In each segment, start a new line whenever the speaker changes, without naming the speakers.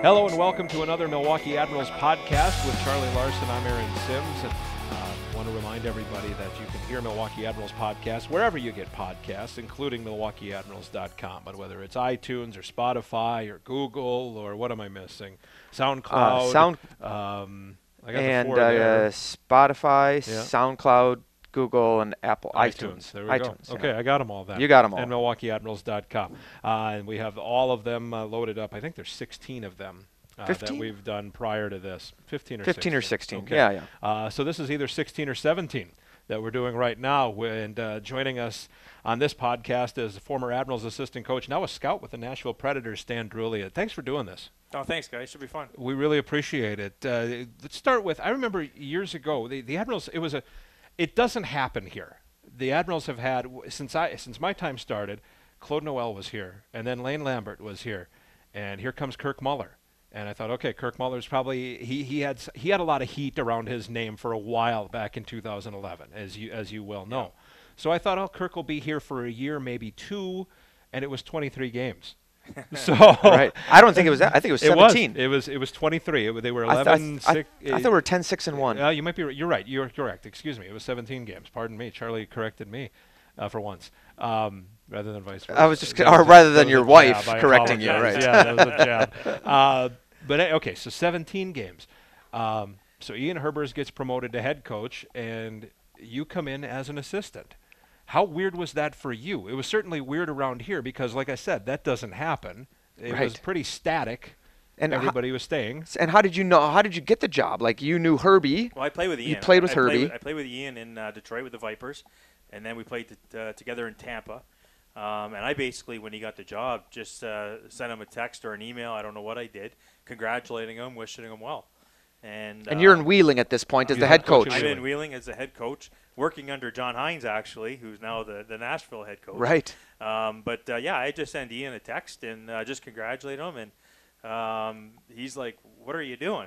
Hello and welcome to another Milwaukee Admirals podcast with Charlie Larson. I'm Aaron Sims, and uh, want to remind everybody that you can hear Milwaukee Admirals podcast wherever you get podcasts, including MilwaukeeAdmirals.com. But whether it's iTunes or Spotify or Google or what am I missing? SoundCloud.
Uh, Sound
um, Oh, I got
and
the four
uh,
there.
Spotify,
Yeah.
SoundCloud, Google, and Apple
Oh,
iTunes.
There we
iTunes,
go.
yeah.
Okay, I got them all then.
You got 'em all.
And MilwaukeeAdmirals.com. Uh, and we have all of them uh, loaded up. I think there's 16 of them uh, that
15?
we've done prior to this. 15 or
15
16.
or 16.
Okay.
Yeah, yeah.
Uh, so this is either 16 or 17 that we're doing right now. Wi- And uh, joining us on this podcast is former Admirals assistant coach, now a scout with the Nashville Predators, Stan Drulia. Thanks for doing this.
Oh, thanks, guys. Should be fun.
We really appreciate it. Uh, let's start with I remember years ago the, the Admirals. It was a. It doesn't happen here. The Admirals have had w- since I since my time started. Claude Noel was here, and then Lane Lambert was here, and here comes Kirk Muller. And I thought, okay, Kirk Muller's probably he, he had s- he had a lot of heat around his name for a while back in 2011, as you as you well know. So I thought, oh, Kirk will be here for a year, maybe two, and it was 23 games. so
Right. I don't think it was that. I think it was 17.
it was. It was. It was 23. It, wa- they were
I, th- I
11.
th- I,
six,
I thought we were 10, 6, and 1.
Uh, you might be. right. You're right. You're correct. Excuse me. It was 17 games. Pardon me. Charlie corrected me, uh, for once, um, rather than vice versa.
I was just
That
gonna- or
a-
rather
that
than
was
your
a
wife
jab. I
correcting you,
apologize.
right.
Yeah, that was a jab. Uh, but eh, okay, so 17 games. Um, so Ian Herbers gets promoted to head coach, and you come in as an assistant. How weird was that for you? It was certainly weird around here because, like I said, that doesn't happen. It was
Right.
pretty static,
And ho-
everybody was staying.
And how did you know? How did you get the job? Like, you knew Herbie.
Well, I played with Ian.
played with
I, I played
Herbie.
with- I played with Ian in uh, Detroit with the Vipers, and then we played t- uh, together in Tampa. Um, and I basically, when he got the job, just uh, sent him a text or an email. I don't know what I did, congratulating him, wishing him well. And
And you're
uh,
in Wheeling at this point as
You're
the
the
head
coach
coach.
of
I'm
Wheeling.
in Wheeling as the head coach, working under John Hines actually, who's now the, the Nashville head coach.
Right.
Um, but uh, yeah, I just send Ian a text and uh, just congratulate him, and um, he's like, "What are you doing?"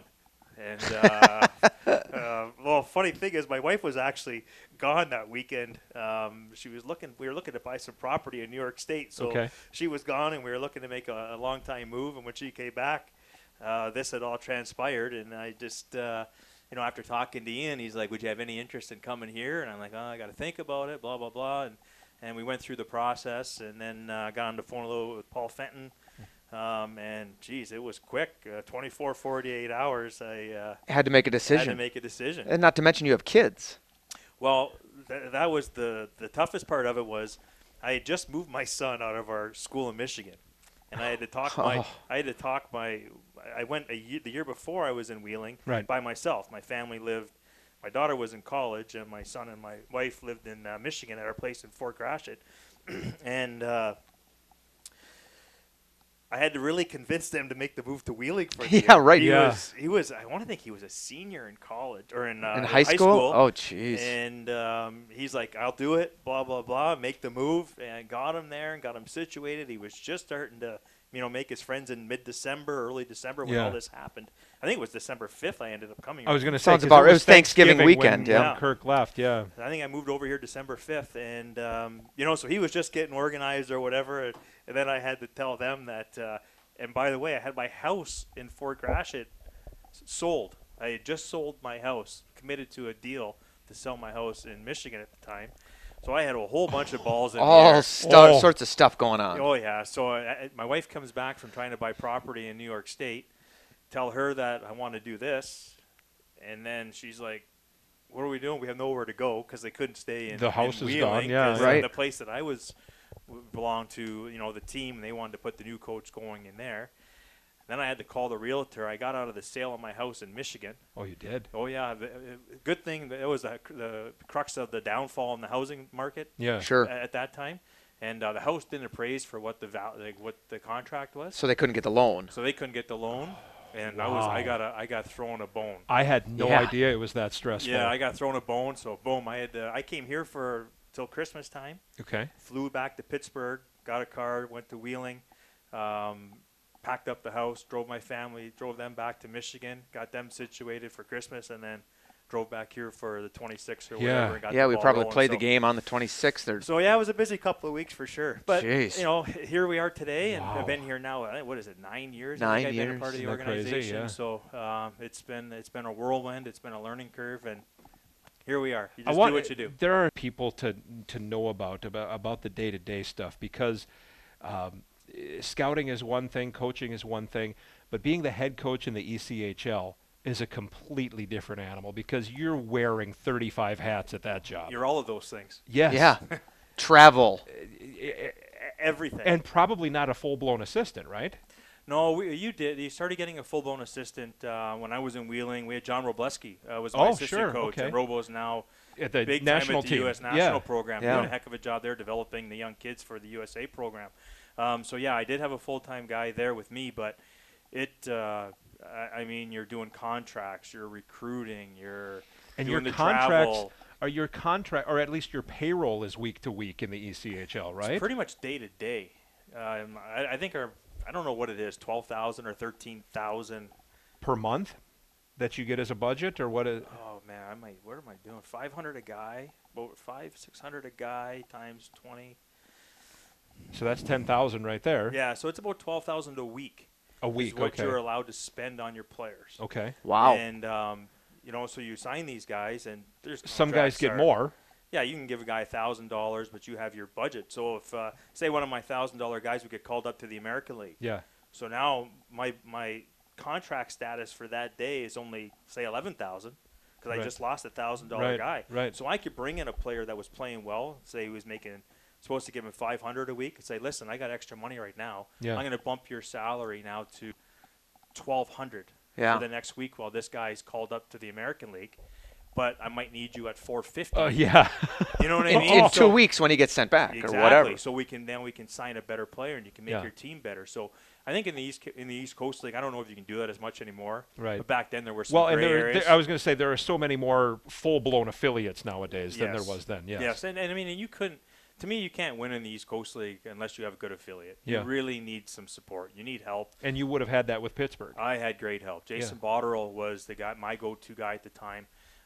And uh, uh, well, funny thing is, my wife was actually gone that weekend. Um, she was looking. We were looking to buy some property in New York State, so
Okay.
she was gone, and we were looking to make a, a long time move. And when she came back, uh, this had all transpired, and I just. Uh, you know, after talking to Ian, he's like, "Would you have any interest in coming here?" And I'm like, "Oh, I got to think about it." Blah blah blah, and and we went through the process, and then uh, got on the phone a little with Paul Fenton, um, and geez, it was quick. Uh, 24, 48 hours. I uh,
Had to make a
had
decision.
to make a decision.
and not to mention, you have kids.
Well, th- that was the the toughest part of it was I had just moved my son out of our school in Michigan, and I had to talk my
Oh.
I had to talk my I went a year, the year before I was in Wheeling
Right.
by myself. My family lived. My daughter was in college, and my son and my wife lived in uh, Michigan at our place in Fort Gratiot, and. Uh, I had to really convince them to make the move to Wheeling for the
Yeah,
year.
right.
He
Yeah.
was, he was. I want to think he was a senior in college or in, uh,
in high school? Oh, jeez.
and um, he's like, I'll do it, blah, blah, blah, make the move. And got him there and got him situated. He was just starting to, you know, make his friends in mid December, early December when
Yeah. Oh,
all this happened. I think it was December 5th I ended up coming.
I was going to say
Sounds
'cause
about right. It was Thanksgiving
when-
weekend,
when
yeah.
Kirk left. Yeah.
I think I moved over here December 5th. And, um, you know, so he was just getting organized or whatever. And, and then I had to tell them that, uh, and by the way, I had my house in Fort Gratiot s- sold. I had just sold my house, committed to a deal to sell my house in Michigan at the time. So I had a whole bunch of balls in the
All
air.
stu-
Oh.
sorts of stuff going on.
Oh yeah. So I, I, my wife comes back from trying to buy property in New York State. Tell her that I want to do this, and then she's like, "What are we doing? We have nowhere to go because they couldn't stay in
The house
in
is gone,
Wheeling,
yeah.
'cause
Right.
The place that I was belonged to, you know, the team they wanted to put the new coach going in there. Then I had to call the realtor. I got out of the sale of my house in Michigan.
Oh, you did.
Oh yeah, the- uh, good thing that it was the, the crux of the downfall in the housing market
Yeah.
Sure.
at that time, and uh, the house didn't appraise for what the val- like what the contract was,
So they couldn't get the loan.
so they couldn't get the loan, and I was I
Wow.
got a, I got thrown a bone.
I had no
Yeah.
idea it was that stressful.
Yeah, I got thrown a bone, so boom, I had to, I came here for till Christmas time,
okay.
flew back to Pittsburgh, got a car, went to Wheeling, um, packed up the house, drove my family, drove them back to Michigan, got them situated for Christmas, and then drove back here for the 26th or
Yeah.
whatever. And got
Yeah,
the
we
ball
probably
rolling.
played the
So-
game on the 26th. Or,
So yeah, it was a busy couple of weeks for sure. But
Jeez.
you know, h- here we are today, and
Wow.
I've been here now. uh, What is it? Nine years. I
Nine
think I've been a
years.
part of the
Isn't that crazy?
organization.
Yeah.
So um, it's been it's been a whirlwind. It's been a learning curve, and here we are. You
I
just
want-
do what you do.
There are people to to know about about, about the day to day stuff because um, eh, scouting is one thing, coaching is one thing, but being the head coach in the E ECHL is a completely different animal because you're wearing 35 hats at that job.
You're all of those things.
yes.
yeah. Travel.
E- Everything.
And probably not a full blown assistant, right?
No, we, you did. You started getting a full blown assistant uh, when I was in Wheeling. We had John Robleski uh, was my
Oh,
assistant
sure,
coach, and
okay.
Robo's now
At the
big
national
time at the
team.
U.S.
Yeah.
national program.
Yeah.
Doing a heck of a job there developing the young kids for the USA program. Um, so yeah, I did have a full time guy there with me, but it. Uh, I I mean, you're doing contracts, you're recruiting, you're
and your
doing the
contracts
travel.
are your contract, or at least your payroll is week to week in the E ECHL, right?
It's pretty much day to day. Um, I, I think our I don't know what it is, twelve thousand or thirteen thousand
per month that you get as a budget, or what? Is,
Oh man, I might. What am I doing? Five hundred a guy, about five six hundred a guy times twenty.
so that's ten thousand right there
Yeah, so it's about twelve thousand a week.
a week.
is what
okay. Oh,
you're allowed to spend on your players.
okay.
Wow.
And um, you know, so you sign these guys, and there's
Some guys
contracts
get
are-
more.
Yeah, you can give a guy thousand dollars, but you have your budget. So if uh, say one of my thousand dollar guys would get called up to the American League,
Yeah.
so now my my contract status for that day is only say eleven thousand because
Right.
I just lost a thousand dollar
Right,
guy.
right.
So I could bring in a player that was playing well, say he was making supposed to give him five hundred a week, and say, listen, I got extra money right now.
Yeah.
I'm going to bump your salary now to twelve hundred
Yeah.
for the next week while this guy's called up to the American League. But I might need you at four fifty.
Oh yeah.
You know what
in,
I mean?
in
So-
two weeks when he gets sent back
Exactly.
or whatever.
So we can then we can sign a better player and you can make
Yeah.
your team better. So I think in the East in the East Coast League, I don't know if you can do that as much anymore.
Right.
But back then there were some
well,
gray
and there,
areas.
there, I was going to say there are so many more full-blown affiliates nowadays than there
Yes.
was then. Yes.
And, and I mean, and you couldn't. To me, you can't win in the East Coast League unless you have a good affiliate.
Yeah.
You really need some support. You need help.
And you would have had that with Pittsburgh.
I had great help. Jason Botterill was the guy, my go-to guy at the time.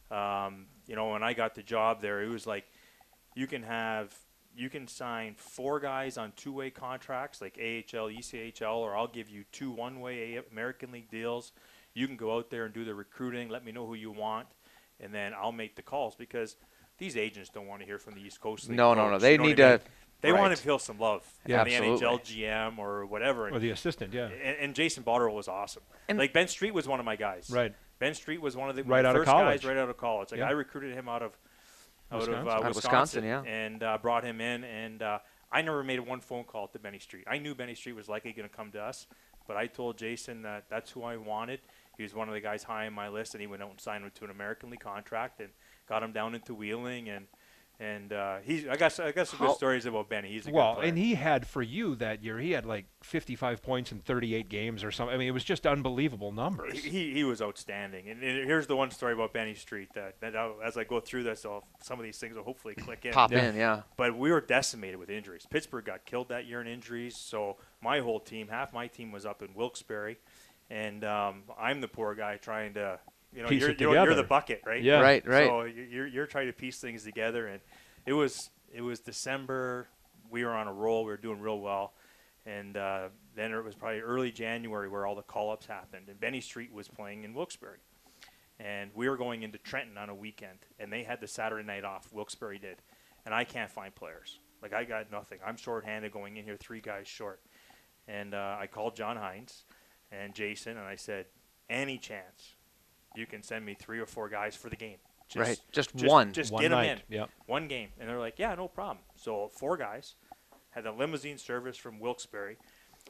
Um, you know, when I got the job there, it was like you can have you can sign four guys on two-way contracts like AHL, ECHL, or I'll give you two one-way A- American League deals. You can go out there and do the recruiting. Let me know who you want, and then I'll make the calls because these agents don't want to hear from the East Coast League.
No, no, no.
coach,
They
you know what
need
I mean?
to-
They want
right.
to feel some love
Yeah,
from the
absolutely.
NHL GM or whatever. And
or the assistant. Yeah.
and, and Jason Botterill was awesome.
And-
like Ben Street was one of my guys.
Right.
Ben Street was one of the
Right
my
out of
first
college.
guys right out of college. Like
Yeah.
I recruited him out of out of,
Wisconsin.
uh,
Out
of Wisconsin, yeah.
and uh, brought him in. And uh, I never made one phone call to Benny Street. I knew Benny Street was likely going to come to us, but I told Jason that that's who I wanted. He was one of the guys high on my list, and he went out and signed him to an American League contract and got him down into Wheeling and. And uh, he's, I got, I got some
How-
good stories about Benny. He's a
Well,
good player.
and he had for you that year. He had like 55 points in 38 games or something. I mean, it was just unbelievable numbers.
He, he was outstanding. And, and here's the one story about Benny Street that, that I'll, as I go through this, I'll, some of these things will hopefully click in.
Pop
Yeah.
in, yeah.
But we were decimated with injuries. Pittsburgh got killed that year in injuries. So my whole team, half my team was up in Wilkes-Barre. And um, I'm the poor guy trying to, you know,
Piece
you're,
it
you're, you're the
together.
bucket, right?
Yeah.
Right, right.
So you- you're, you're trying to piece things together, and it was it was December. We were on a roll. We were doing real well, and uh, then it was probably early January where all the call ups happened. And Benny Street was playing in Wilkes-Barre, and we were going into Trenton on a weekend, and they had the Saturday night off. Wilkes-Barre did, and I can't find players. Like I got nothing. I'm shorthanded going in here, three guys short, and uh, I called John Hines and Jason, and I said, any chance you can send me three or four guys for the game. Just,
Right, just one.
Just
One
get
night,
them in.
yep.
One game. And they're like, yeah, no problem. So four guys had the limousine service from Wilkes-Barre.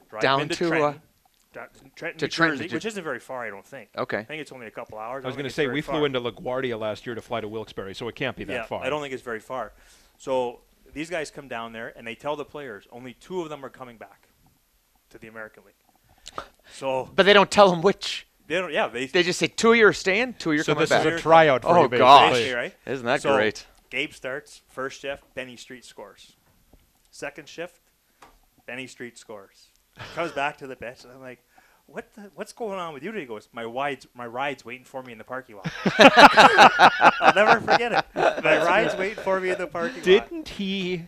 Drive
Down
into
to, uh,
Trenton, down to Trenton,
to
New
Trenton,
Jersey,
to-
which isn't very far, I don't think.
Okay.
I think it's only a couple hours.
I was
going to
say we flew into LaGuardia last year to fly to Wilkes-Barre, so it can't be that
yeah,
far.
I don't think it's very far. So these guys come down there and they tell the players only two of them are coming back to the American League. So
But they don't tell him which.
they don't. Yeah, they
They just say two of you are staying, two of you are
so
coming
this
back.
is a tryout for
Oh,
you, basically.
gosh.
basically, right?
Isn't that
So,
great?
Gabe starts first shift. Benny Street scores. Second shift, Benny Street scores. Comes back to the bench, and I'm like, what the, what's going on with you today? He goes, my ride's, my ride's waiting for me in the parking lot. I'll never forget it. My ride's waiting for me in the parking lot.
Didn't he?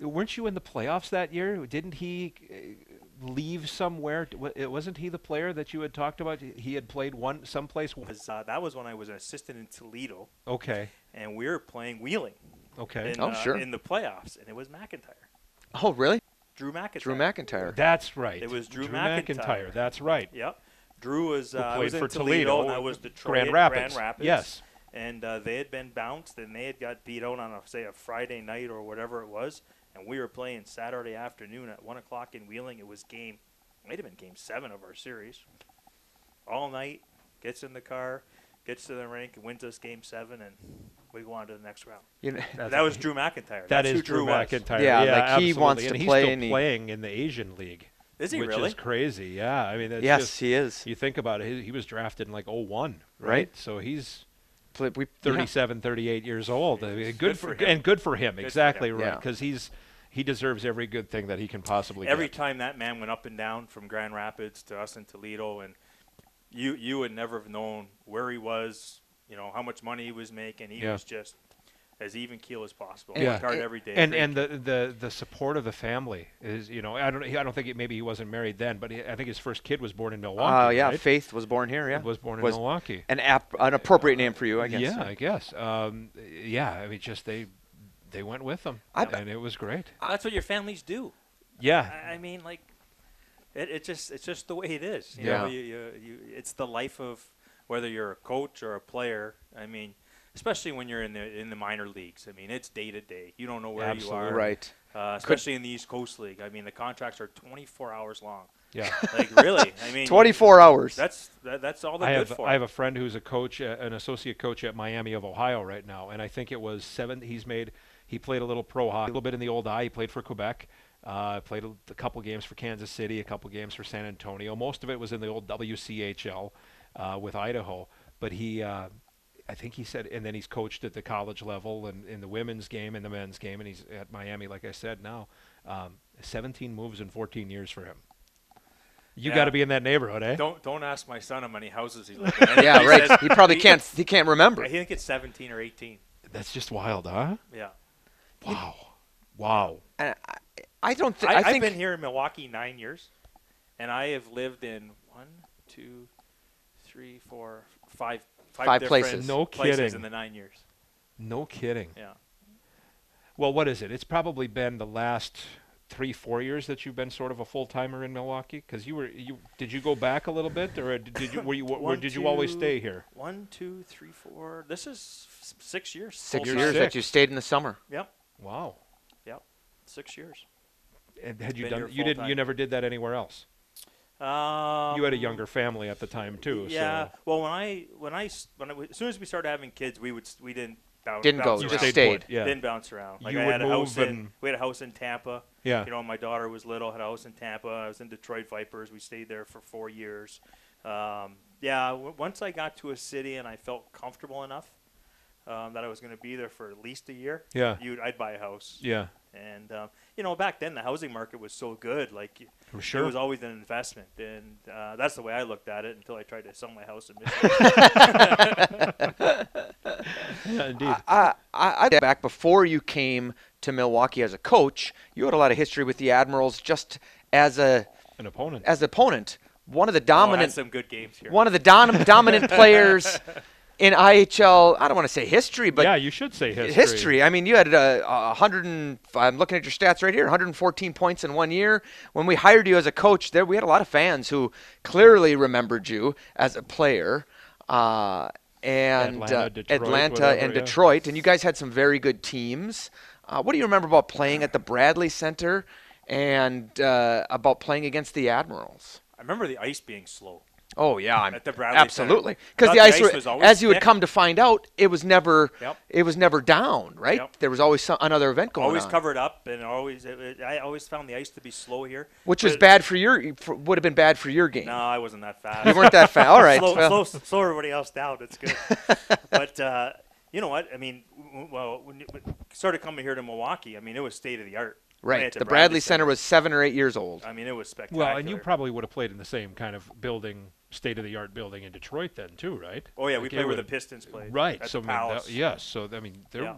Weren't you in the playoffs that year? Didn't he uh, leave somewhere? D- wa- it- Wasn't he the player that you had talked about? He had played one someplace. w-
Was, uh, that was when I was an assistant in Toledo,
Okay,
and we were playing Wheeling
okay,
in,
Oh,
uh,
sure.
in the playoffs, and it was McIntyre,
Oh, really?
Drew McIntyre.
Drew McIntyre.
that's right.
It was Drew
McIntyre.
McIntyre.
That's right.
Yep. Drew was, uh,
played
was in
for
Toledo,
Toledo,
and I was Detroit.
Grand Rapids.
Grand Rapids.
Yes.
And uh, they had been bounced, and they had got beat out on, a, say, a Friday night or whatever it was. And we were playing Saturday afternoon at 1 o'clock in Wheeling. It was game, might have been game seven of our series. All night, gets in the car, gets to the rink, and wins us game seven, and we go on to the next round.
You know,
That's
that was Drew McIntyre.
That
That's
is
who
Drew
was.
McIntyre.
Yeah, like, he
absolutely.
wants
and
to
he's
play
still
and he-
playing in the Asian League.
Is he
which
really?
is crazy. Yeah, I mean, it's
yes,
just,
he is.
you think about it, he, he was drafted in like 01, right?
Right.
So he's
Play- we-
37, 38 years old. I mean,
Jesus.
good,
Good
for,
for him.
and good for him.
for
exactly
him.
right,
Yeah.
because he's he deserves every good thing that he can possibly
Every
get.
time that man went up and down from Grand Rapids to us in Toledo, and you you would never have known where he was, you know, how much money he was making. He
Yeah.
was just as even keel as possible.
Yeah.
Worked hard every day.
And
great
and the, the the support of the family is you know I don't I don't think it, maybe he wasn't married then, but he, I think his first kid was born in Milwaukee.
Uh, yeah,
right?
Faith was born here. Yeah,
was born in Milwaukee.
An app, an appropriate name for you, I guess.
yeah, I guess. Um, yeah, I mean, just they they went with them,
I-
and it was great.
That's what your families do.
Yeah,
I, I mean, like, it, it just it's just the way it is. You
Yeah.
know, you, you, you, it's the life of whether you're a coach or a player. I mean, especially when you're in the in the minor leagues. I mean, it's day to day. You don't know where you
Absolutely.
are.
Right.
Uh, especially in the East Coast League. I mean, the contracts are 24 hours long.
yeah.
Like really? I mean,
24 hours.
That's that, that's all they're
I
good
have
for.
I have a friend who's a coach, uh, an associate coach at Miami of Ohio right now, and I think it was seven. He's made he played a little pro hockey, a little bit in the old eye. He played for Quebec, uh, played a, a couple games for Kansas City, a couple games for San Antonio. Most of it was in the old WCHL uh, with Idaho, but he. Uh, I think he said, and then he's coached at the college level and in the women's game and the men's game, and he's at Miami, like I said now. Um, 17 moves in 14 years for him. You
Yeah.
got to be in that neighborhood, eh?
don't don't ask my son how many houses he lives in.
yeah,
He
right.
says-
he probably can't. He can't remember.
I think it's 17 or 18.
That's just wild, huh?
Yeah,
Wow. Wow.
And I, I don't. Th-
I,
I,
I've
think
been here in Milwaukee nine years, and I have lived in one, two, three, four, five, five
Five
different
places.
No
places
kidding.
in the nine years.
No kidding.
Yeah,
Well, what is it? It's probably been the last three, four years that you've been sort of a full timer in Milwaukee. Because you were, you did you go back a little bit, or did did you were you or
One,
did you always
two-
stay here?
One, two, three, four. This is s- six years.
six
full
You're
years
time.
six.
that you stayed in the summer.
Yep,
Wow.
yep, six years.
And had you
Been
done?
here
You
full
didn't. You
time.
never did that anywhere else.
Um,
you had a younger family at the time too.
Yeah.
So
Well, when I when I s- when I w as soon as we started having kids, we would s- we didn't bounce,
Didn't go,
bounce
you
around.
just
stayed
stayed.
put, Yeah.
Didn't bounce around. Like
You
I
would
had a house
move
in
and-
we had a house in Tampa.
Yeah.
You know, my daughter was little, had a house in Tampa. I was in Detroit Vipers. We stayed there for four years. Um, yeah. W- once I got to a city and I felt comfortable enough um, that I was going to be there for at least a year.
Yeah.
You'd I'd buy a house.
yeah.
And um, you know, back then the housing market was so good, like y-
For sure.
it was always an investment, and uh, that's the way I looked at it until I tried to sell my house in Michigan.
Yeah, indeed.
I, I, I back before you came to Milwaukee as a coach. You had a lot of history with the Admirals, just as a
An opponent.
as an opponent. One of the
oh, I had
dominant,
some good games here.
one of the dom- dominant players in IHL. I don't want to say history, but
yeah, you should say history.
history. I mean, you had a, a hundred and I'm looking at your stats right here. 114 points in one year. When we hired you as a coach, there we had a lot of fans who clearly remembered you as a player. Uh, and
Atlanta,
uh,
Detroit,
Atlanta
whatever,
and
yeah.
Detroit, and you guys had some very good teams. Uh, what do you remember about playing at the Bradley Center and uh, about playing against the Admirals?
I remember the ice being slow.
Oh yeah, I'm,
At the Bradley Center.
absolutely. Because
Not
the
the
ice,
ice
wa-
was always
as you would
thick.
come to find out, it was never,
Yep.
it was never down, right?
Yep.
There was always some, another event going
Always
on,
covered up, and always it, it- I always found the ice to be slow here.
which was
But-
bad for your, for, would have been bad for your game.
No, I wasn't that fast.
You weren't that fast. All right,
slow,
well,
slow, slow everybody else down. It's good. but uh, you know what? I mean, w- w- well, when you when you started coming here to Milwaukee, I mean, it was state of the art.
Right.
at
The Bradley Center was seven or eight years old.
I mean, it was spectacular.
Well, and you probably would have played in the same kind of building, state of the art building in Detroit then too, right?
oh yeah, we
Like, it
played where the
would-
Pistons played.
Right.
At
so
the
I mean,
Palace.
that- yes. So I mean, there.
Yeah.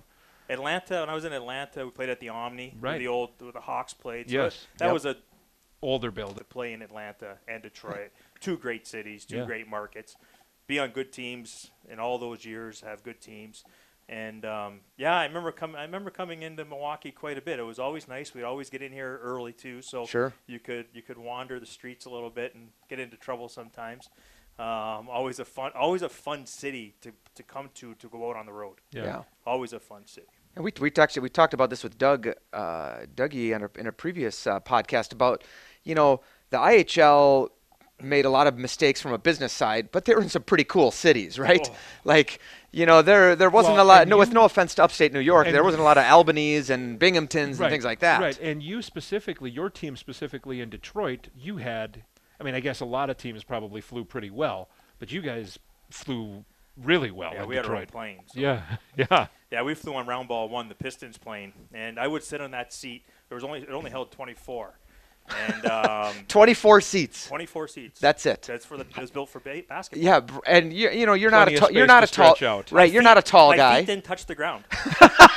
Atlanta. When I was in Atlanta, we played at the Omni. where
Right.
The old where the Hawks played. So
Yes.
That, that
Yep.
was a
older building.
to play in Atlanta and Detroit. two great cities, two
Yeah.
great markets. Be on good teams in all those years. Have good teams, and um, yeah, I remember coming. I remember coming into Milwaukee quite a bit. It was always nice. We'd always get in here early too, so
Sure.
you could you could wander the streets a little bit and get into trouble sometimes. Um, always a fun, always a fun city to, to come to to go out on the road.
Yeah.
Yeah.
Always a fun city.
And we we talked we talked about this with Doug uh, Dougie on a, in a previous uh, podcast about you know the IHL made a lot of mistakes from a business side, but they were in some pretty cool cities, right?
Oh.
Like you know there there wasn't
Well,
a lot.
and
No, with
you-
no offense to upstate New York,
and-
there wasn't a lot of Albanese and Binghamtons and things like that.
Right. And you specifically, your team specifically in Detroit, you had, I mean, I guess a lot of teams probably flew pretty well, but you guys flew really well
Yeah,
in
we had our own
Detroit.
plane. so-
yeah. Yeah.
Yeah, we flew on round ball one, the Pistons plane, and I would sit on that seat. There was only it only held 24, and um,
24 seats.
24 seats.
That's it.
That's for the. It was built for ba- basketball.
Yeah, br- and you you know you're not
Plenty
a
of
ta- you're
space
not
to
a tall
stretch out.
right. You're not a tall
My
guy.
feet didn't touch the ground.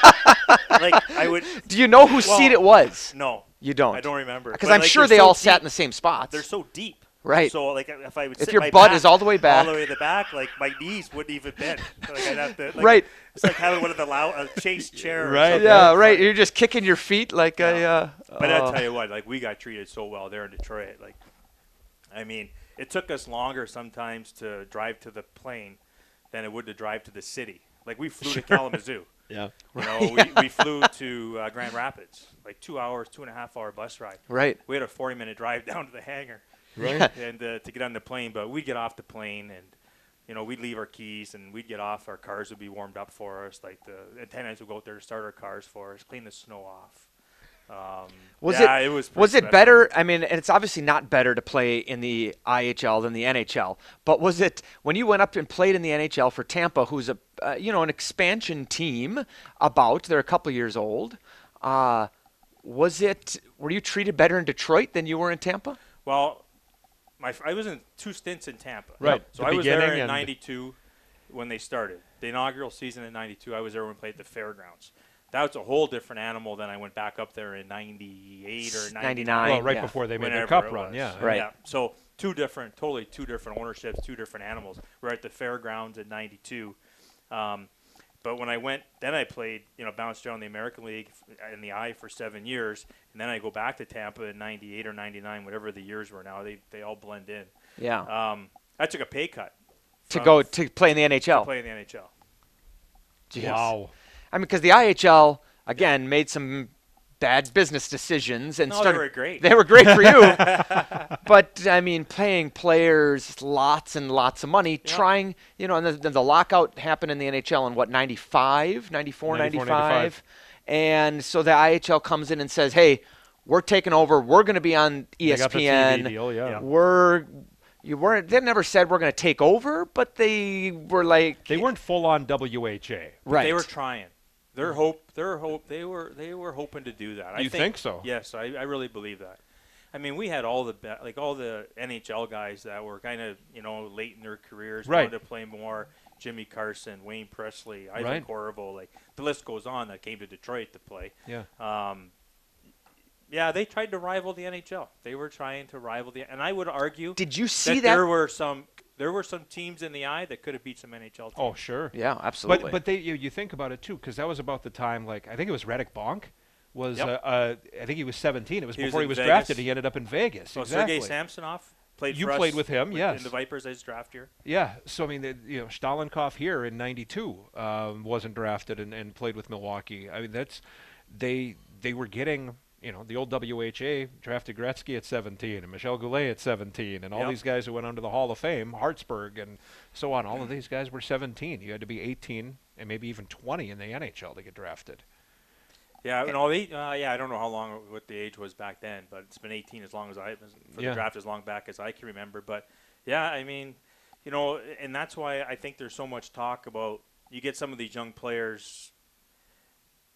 like I would.
Do you know whose
Well,
seat it was?
No.
You don't.
I don't remember.
Because
But,
I'm
like,
sure they
they're so
all
deep.
sat in the same spots.
They're so deep.
Right.
So like if I would.
If
sit
your
my
butt
back-
is all the way back-
all the way to the back, like my knees wouldn't even bend. Like I'd have to. Like,
Right.
It's like having one of the loud a chase chair. or
Right.
something.
yeah, right. You're just kicking your feet like a.
Yeah.
Uh,
But
uh,
I'll tell you what, like we got treated so well there in Detroit. Like, I mean, it took us longer sometimes to drive to the plane than it would to drive to the city. Like we flew to Kalamazoo.
Yeah.
You know, we, we flew to uh, Grand Rapids, like two hours, two and a half hour bus ride.
Right.
We had a 40 minute drive down to the hangar
Right.
and uh, to get on the plane. But we'd get off the plane and, you know, we'd leave our keys and we'd get off. Our cars would be warmed up for us. Like the antennas would go out there to start our cars for us, clean the snow off. Um,
Was
yeah,
it,
was pretty
was it
special.
better? I mean, and it's obviously not better to play in the IHL than the NHL. But was it when you went up and played in the NHL for Tampa, who's a uh, you know an expansion team? About they're a couple years old. Uh, was it were you treated better in Detroit than you were in Tampa?
Well, my f- I was in two stints in Tampa.
Right,
So
the
I was there
beginning
in
and-
'92 when they started the inaugural season in '92. I was there when we played at the fairgrounds. That was a whole different animal than I went back up there in '98 or '99.
Well, right
yeah.
before they made their
whenever
cup
it
run.
was.
Yeah.
Right.
So two different, totally two different ownerships, two different animals. We're at the fairgrounds in '92. Um, but when I went, then I played, you know, bounced around the American League f- in the I for seven years, and then I go back to Tampa in '98 or '99, whatever the years were. Now they they all blend in.
Yeah,
Um, I took a pay cut
to
from-
go to play in the NHL.
Uh, play in the NHL.
Jeez.
Wow.
I mean, because the IHL again made some bad business decisions and
No, they
started.
were great.
They were great for you, but I mean, paying players lots and lots of money,
Yeah.
trying you know, and then the, the lockout happened in the NHL in what 95, 94,
94,
95. and so the IHL comes in and says, "Hey, we're taking over. We're going to be on E ESPN.
They got the TV deal. Yeah.
Yeah.
We're." You weren't. They never said we're going to take over, but they were like
They weren't full on WHA.
right.
They were trying. Their hope, their hope, they were they were hoping to do that. I
Mm. You
think,
think so?
Yes, I, I really believe that. I mean, we had all the be- like all the NHL guys that were kind of you know late in their careers,
Right.
wanted to play more. Jimmy Carson, Wayne Presley, Ivan
Right.
Corvo, like the list goes on. That came to Detroit to play.
Yeah.
Um, yeah, they tried to rival the NHL. They were trying to rival the, and I would argue
Did you see that?
there were some there were some teams in the eye that could have beat some NHL teams.
Oh, sure.
yeah, absolutely.
But but they you, you think about it too because that was about the time like I think it was Redick Bonk was
Yep.
uh, uh, I think he was 17. It was
He was
before he
in
was
Vegas.
drafted. He ended up in Vegas.
So
exactly.
Sergei Samsonov played.
You
for us
played with him, yes.
In the Vipers as draft year.
Yeah. So I mean, the, you know, Stalinkoff here in '92 um, wasn't drafted and, and played with Milwaukee. I mean, that's they they were getting you know the old WHA drafted Gretzky at 17 and Michel Goulet at 17 and all
Yep.
these guys who went onto the Hall of Fame, Hartsburg and so on.
Mm-hmm.
All of these guys were 17. You had to be 18 and maybe even 20 in the NHL to get drafted.
Yeah, no, they. Uh, yeah, I don't know how long what the age was back then, but it's been 18 as long as I for
Yeah.
the draft as long back as I can remember. But yeah, I mean, you know, and that's why I think there's so much talk about you get some of these young players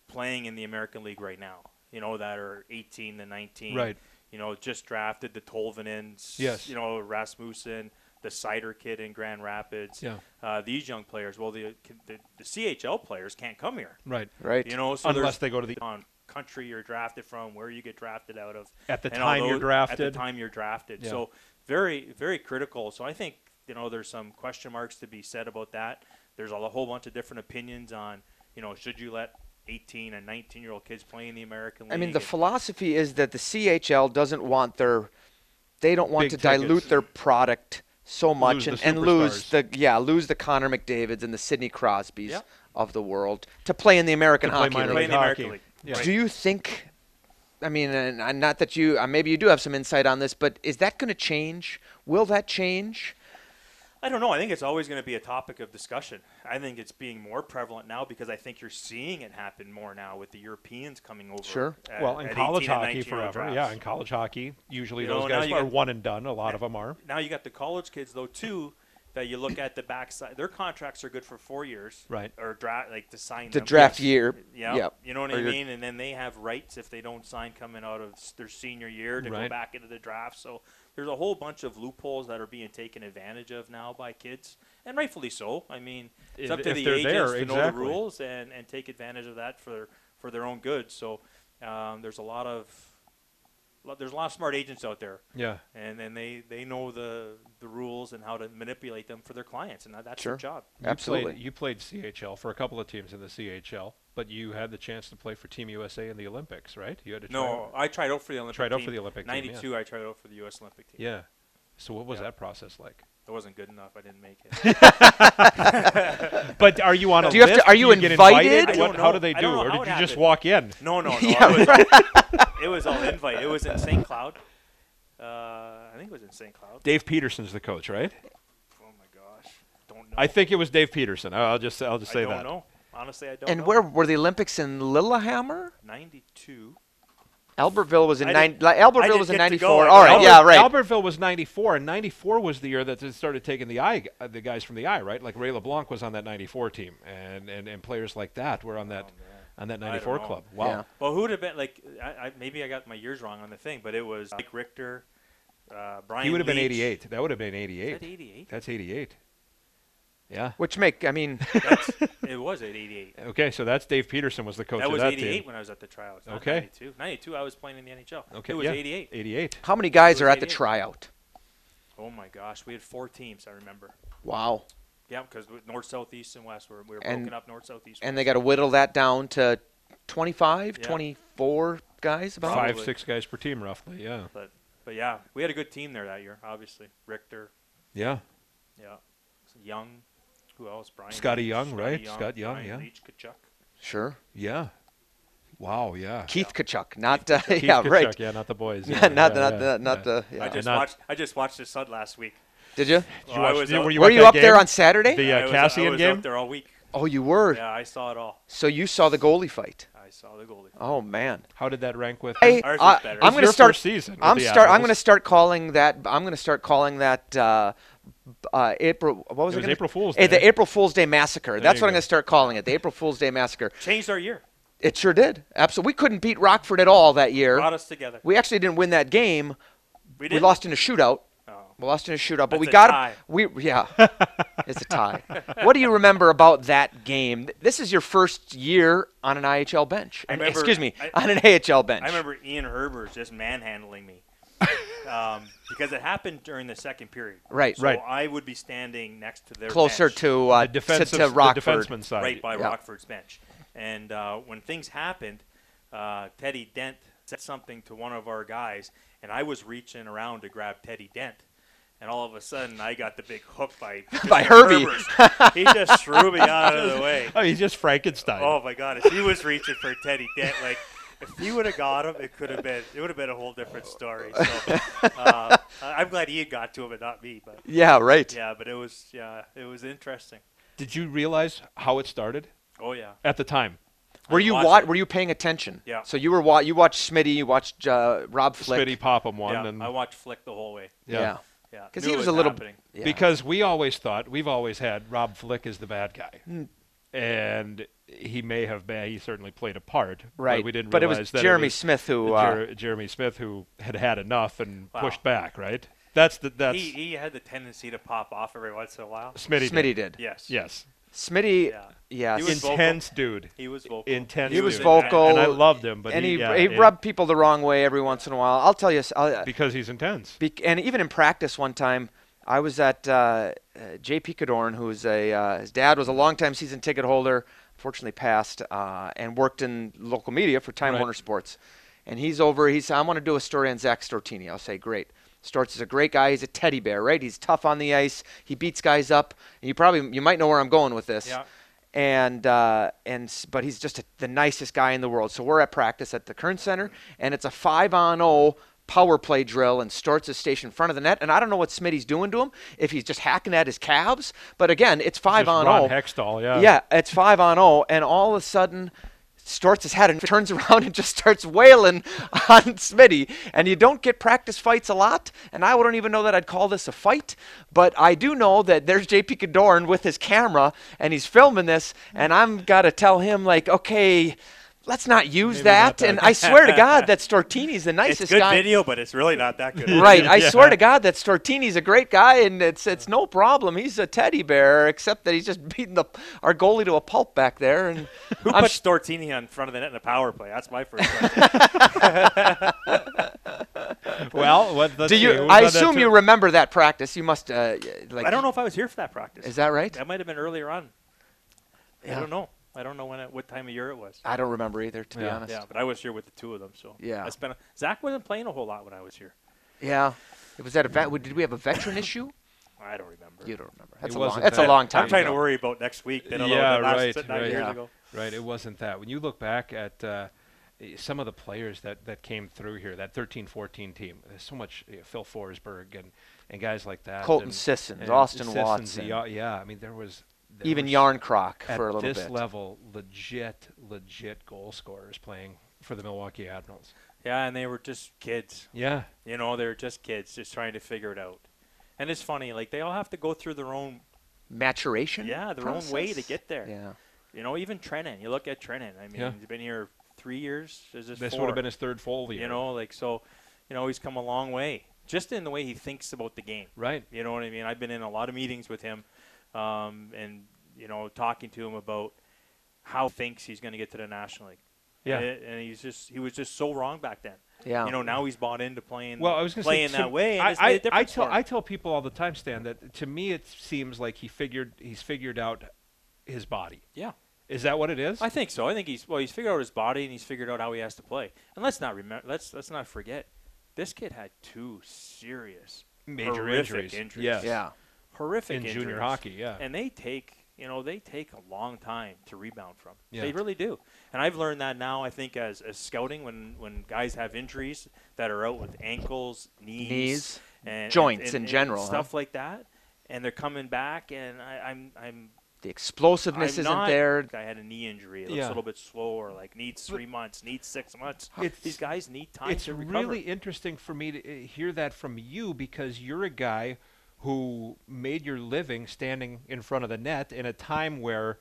playing in the American League right now. you know, that are 18 to 19.
Right.
You know, just drafted the Tolvanens.
Yes.
You know, Rasmussen, the Cider kid in Grand Rapids.
Yeah.
Uh, these young players. Well, the, the the CHL players can't come here.
Right.
Right.
You know, so
Unless
there's-
they go to the-
on country you're drafted from, where you get drafted out of,
At the
and all
time you're
those- At
drafted.
the time you're drafted.
Yeah.
So very very critical. So I think you know there's some question marks to be said about that. There's a whole bunch of different opinions on you know should you let 18 and 19 year old kids play in the American League?
I mean, the
and-
philosophy is that the CHL doesn't want their, they don't
Big
want to dilute
tickets.
their product so much
the
and, and lose the
superstars.
yeah lose the Connor McDavid's and the Sidney Crosby's
Yeah.
of the world to play in the American
To play
hockey
minor
league.
Play in the American
hockey.
League.
Yeah.
Right.
Do you think? I mean, and, and not that you uh, maybe you do have some insight on this, but is that going to change? Will that change?
I don't know. I think it's always going to be a topic of discussion. I think it's being more prevalent now because I think you're seeing it happen more now with the Europeans coming over.
Sure.
at-
well, in
at 18
college
and
hockey
19 -year-old
forever.
drafts.
Yeah, in college hockey, usually
You know,
those
now
guys
you
are
got-
one and done. A lot of them are.
now you got the college kids though too that you look at the backside their contracts are good for four years
Right.
or draft like to sign
The
them.
draft year.
yeah
Yep.
you know what
Or
i
your-
mean and then they have rights if they don't sign coming out of s- their senior year to go
Right.
back into the draft so there's a whole bunch of loopholes that are being taken advantage of now by kids and rightfully so i mean it's
If-
up to
if
the
they're
agents
there,
to know the
exactly.
rules and, and take advantage of that for for their own good so um, there's a lot of lo- there's a lot of smart agents out there
Yeah.
and then they they know the the rules and how to manipulate them for their clients, and that, that's
Sure.
their job.
You
Absolutely.
Played, you played CHL for a couple of teams in the CHL, but you had the chance to play for Team USA in the Olympics, right? You had to try
No,
out-
I tried out for the Olympic.
Tried out
team.
for the Olympic team, yeah.
Ninety-two, I tried out for the U.S. Olympic team.
Yeah. So what was
Yeah.
that process like?
It wasn't good enough. I didn't make it.
But are you on a
Do you have to-
list?
are you
get
invited?
invited?
I
What-
don't
how
know.
do they
I
do,
don't know
or
how
did
it
you just
happened.
walk in?
no, no, no.
Yeah,
it, was, it was all invite. It was in St. Cloud. Uh, I think it was in St. Cloud.
Dave Peterson's the coach, right?
Oh my gosh, don't know.
I think it was Dave Peterson. I- I'll just I'll just
I
say
don't
that.
know. Honestly, I don't.
And
know.
where were the Olympics in Lillehammer?
Ninety-two.
Albertville was in
I
nine.
didn't-
Like,
I
Albertville
didn't
was in
get to go.
'94.
I
All right,
got-
yeah, right.
Albertville was 94, and 94 was the year that they started taking the eye, uh, the guys from the eye, right? Like Ray LeBlanc was on that 94 team, and, and, and players like that were on
Oh,
that on that
I don't
94
know.
club. Wow.
Yeah.
Well, who would have been like? I, I, maybe I got my years wrong on the thing, but it was Mike Richter, uh, Brian.
He would have been
Leach.
88. That would have been
Is that
88.
88?
That's 88. Yeah.
Which make I mean,
That's, it was at 88.
Okay, so that's Dave Peterson was the coach
That
of
was
that
88
team.
when I was at the tryouts. Not
Okay.
92. 92, I was playing in the NHL.
Okay,
It was
yeah,
88.
88.
how many guys
It
are
was
at the
88.
tryout?
Oh my gosh, we had four teams. I remember.
Wow.
Yeah, because north, south, east, and west. We were, we were
And-
broken up north, south, east.
And they got to whittle that down to 25,
Yeah.
24 guys about.
Probably.
Five, six guys per team, roughly. Yeah.
west. But but yeah, we had a good team there that year. Obviously, Richter.
Yeah.
Yeah, Young. Who else? Brian.
Scotty
Leach,
Young,
Scotty
right? Scott Young,
Brian
yeah.
Leach, Kachuk.
Sure.
Yeah. Wow. Yeah.
Keith Kachuk, not uh,
Keith
yeah,
Kachuk,
right.
Yeah, not the boys.
Yeah, not the,
yeah,
not
yeah,
the, not
yeah.
the. Yeah.
I just
not-
watched. I just watched his son last week.
Did you?
Did
Well,
you
I
watch-
was
did-
out-
were you,
were
at
you
that
up there
game?
on Saturday?
the
I
uh,
was, I
Cassian
was
game?
out there all week.
oh, you were.
Yeah, I saw it all.
So you saw the goalie fight.
I saw the goalie.
Oh man.
How did that rank with?
I,
Ours was
I,
better.
I'm
It's
going to
your
start.
first season with
I'm
the
start. I'm
Admirals.
going to start calling that. I'm going to start calling that. Uh, b- uh, April. What was
It
it?
was
gonna-
April Fool's
Eh, The
Day.
April Fool's Day massacre. That's
you
what I'm
go.
going to start calling it. The April Fool's Day massacre.
Changed our year.
It sure did. Absolutely. We couldn't beat Rockford at all that
Brought
year.
us together.
We actually didn't win that game.
We
We
didn't.
lost in a shootout.
Oh.
We lost in a shootout, but
That's
we
a
got 'em-
tie.
We yeah, it's a tie. What do you remember about that game? Th- This is your first year on an IHL bench.
I
An-
remember-
excuse me,
I-
on an AHL bench.
I remember Ian Herbert just manhandling me um, because it happened during the second period.
Right.
So
Right.
I would be standing next to their
closer
bench,
to uh,
the
to,
defensive,
to Rockford.
the defenseman side.
right by
Yeah.
Rockford's bench. And uh, when things happened, uh, Teddy Dent said something to one of our guys, and I was reaching around to grab Teddy Dent. And all of a sudden, I got the big hook by
By
Mr.
Herbie.
Herbers. he just threw me out of the way.
Oh, he's just Frankenstein.
Oh my God! If he was reaching for Teddy Dent, like if he would have got him, it could have been it would have been a whole different
Oh,
story. So uh, I- I'm glad he had got to him and not me. But
Yeah, right.
yeah, but it was yeah, it was interesting.
Did you realize how it started
Oh yeah,
at the time?
Were you
watch
wa-
it.
Were you paying attention?
Yeah.
So you were wa- you watched Smitty, you watched uh, Rob Flick.
Smitty Popham won,
yeah.
and
I watched Flick the whole way.
yeah.
Yeah,
because
knew
he
it
was a little
happening.
yeah. Hmm.
Because we always thought, we've always had Rob Flick is the bad guy. and he may have been. He certainly played a part.
Right.
But we didn't
But it
realize
was
that
Jeremy
it was
Smith who. Uh,
Jer- Jeremy Smith who had had enough and
Wow.
pushed back. Right. That's the that's
He, he had the tendency to pop off every once in a while.
Smitty. did.
Smitty did.
Yes.
Yes.
Smitty.
Yeah.
Yes.
He was vocal.
Intense dude.
He was vocal.
Intense.
He was
dude.
vocal,
and I loved him. But
and he,
yeah,
he
it-
rubbed people the wrong way every once in a while. I'll tell you. s- I'll,
because he's intense.
Bec- and even in practice one time, I was at uh, uh, J.P. Cadorn, who was a uh, his dad was a longtime season ticket holder, unfortunately passed, uh, and worked in local media for Time
Right.
Warner Sports. And he's over. He said, "I want to do a story on Zach Stortini." I'll say, "Great." Storts is a great guy. He's a teddy bear, right? He's tough on the ice. He beats guys up. And you probably you might know where I'm going with this
Yeah.
and uh, and s- but he's just a, the nicest guy in the world. So we're at practice at the Kern Center, and it's a five on zero power play drill, and starts is stationed in front of the net. And I don't know what Smitty's doing to him, if he's just hacking at his calves. But again, it's five
Just
on
Ron
zero.
Hextall, yeah.
Yeah, it's five on zero, and all of a sudden. Storts his head and turns around and just starts wailing on Smitty. And you don't get practice fights a lot, and I wouldn't even know that I'd call this a fight, but I do know that there's JP Cadorn with his camera and he's filming this, and I'm gotta tell him like, okay, let's not use
Maybe
that.
not that.
and I swear to God that Stortini's the nicest
It's good
guy
video, but it's really not that good.
right. I
Yeah.
swear to God that Stortini's a great guy, and it's it's no problem. He's a teddy bear, except that he's just beating the, our goalie to a pulp back there. And
Who
I'm
puts
sh-
Stortini on front of the net in a power play? That's my first question.
Well, what, let's
do
see,
you?
we've
I
done that
assume
too.
you remember that practice. You must. Uh, y- like
I don't know if I was here for that practice.
Is that right?
That might have been earlier on.
Yeah.
I don't know. I don't know when it, what time of year it was.
I don't remember either, to be
Yeah.
honest.
Yeah,
Yeah.
but I was here with the two of them. So
Yeah.
I spent. Zach wasn't playing a whole lot when I was here.
It was that a vet. Did we have a veteran issue?
I don't remember.
You don't remember. That's
It
a long.
wasn't
That's a
that-
long time.
I'm trying
ago.
to worry about next week. Than although
Yeah,
that last
right,
nine
right.
years
Yeah.
ago.
Right, it wasn't that. When you look back at uh, eh, some of the players that, that came through here, that 13-14 team, there's so much eh, Phil Forsberg and, and guys like that.
Colton
and,
Sissons,
and
Austin
Sissons,
Watson.
yeah, yeah, I mean there was there
Even
was
Yarncroc
at
for a little
this
bit.
level legit legit goal scorers playing for the Milwaukee Admirals.
Yeah, and they were just kids.
Yeah,
You know, they were just kids, just trying to figure it out. And it's funny, like they all have to go through their own,
Maturation.
yeah, their own way to
process?
get there.
Yeah.
You know, even Trennan. You look at Trennan. I mean,
Yeah.
he's been here three years. Is this,
this
four?
would have been his third full year.
You know, like so, you know, he's come a long way just in the way he thinks about the game.
right?
You know what I mean? I've been in a lot of meetings with him, um, and you know, talking to him about how he thinks he's going to get to the National League.
Yeah.
and, and he's just he was just so wrong back then.
Yeah.
You know, now he's bought into playing.
Well, I was going to
playing
say, to-
that way. And
I,
it's made a
I- I
difference
tell
for him.
I tell people all the time, Stan, that to me it seems like he figured he's figured out his body.
yeah.
Is that what it is?
I think so. I think he's well. He's figured out his body and he's figured out how he has to play. And let's not remember. Let's let's not forget. This kid had two serious
Major
horrific
injuries.
injuries.
Yes.
Yeah.
horrific
in
injuries.
junior hockey. Yeah.
and they take you know they take a long time to rebound from.
Yeah.
They really do. And I've learned that now. I think as, as scouting, when when guys have injuries that are out with ankles, knees,
Knees,
and
joints
and-
in
and
general, huh?
stuff like that, and they're coming back, and I, I'm I'm
The explosiveness
I'm
isn't
not-
there.
I had a knee injury. It looks
Yeah.
a little bit slower. Like needs three months, needs six months.
It's-
These guys need time
it's
to recover.
really interesting for me to uh, hear that from you because you're a guy who made your living standing in front of the net in a time where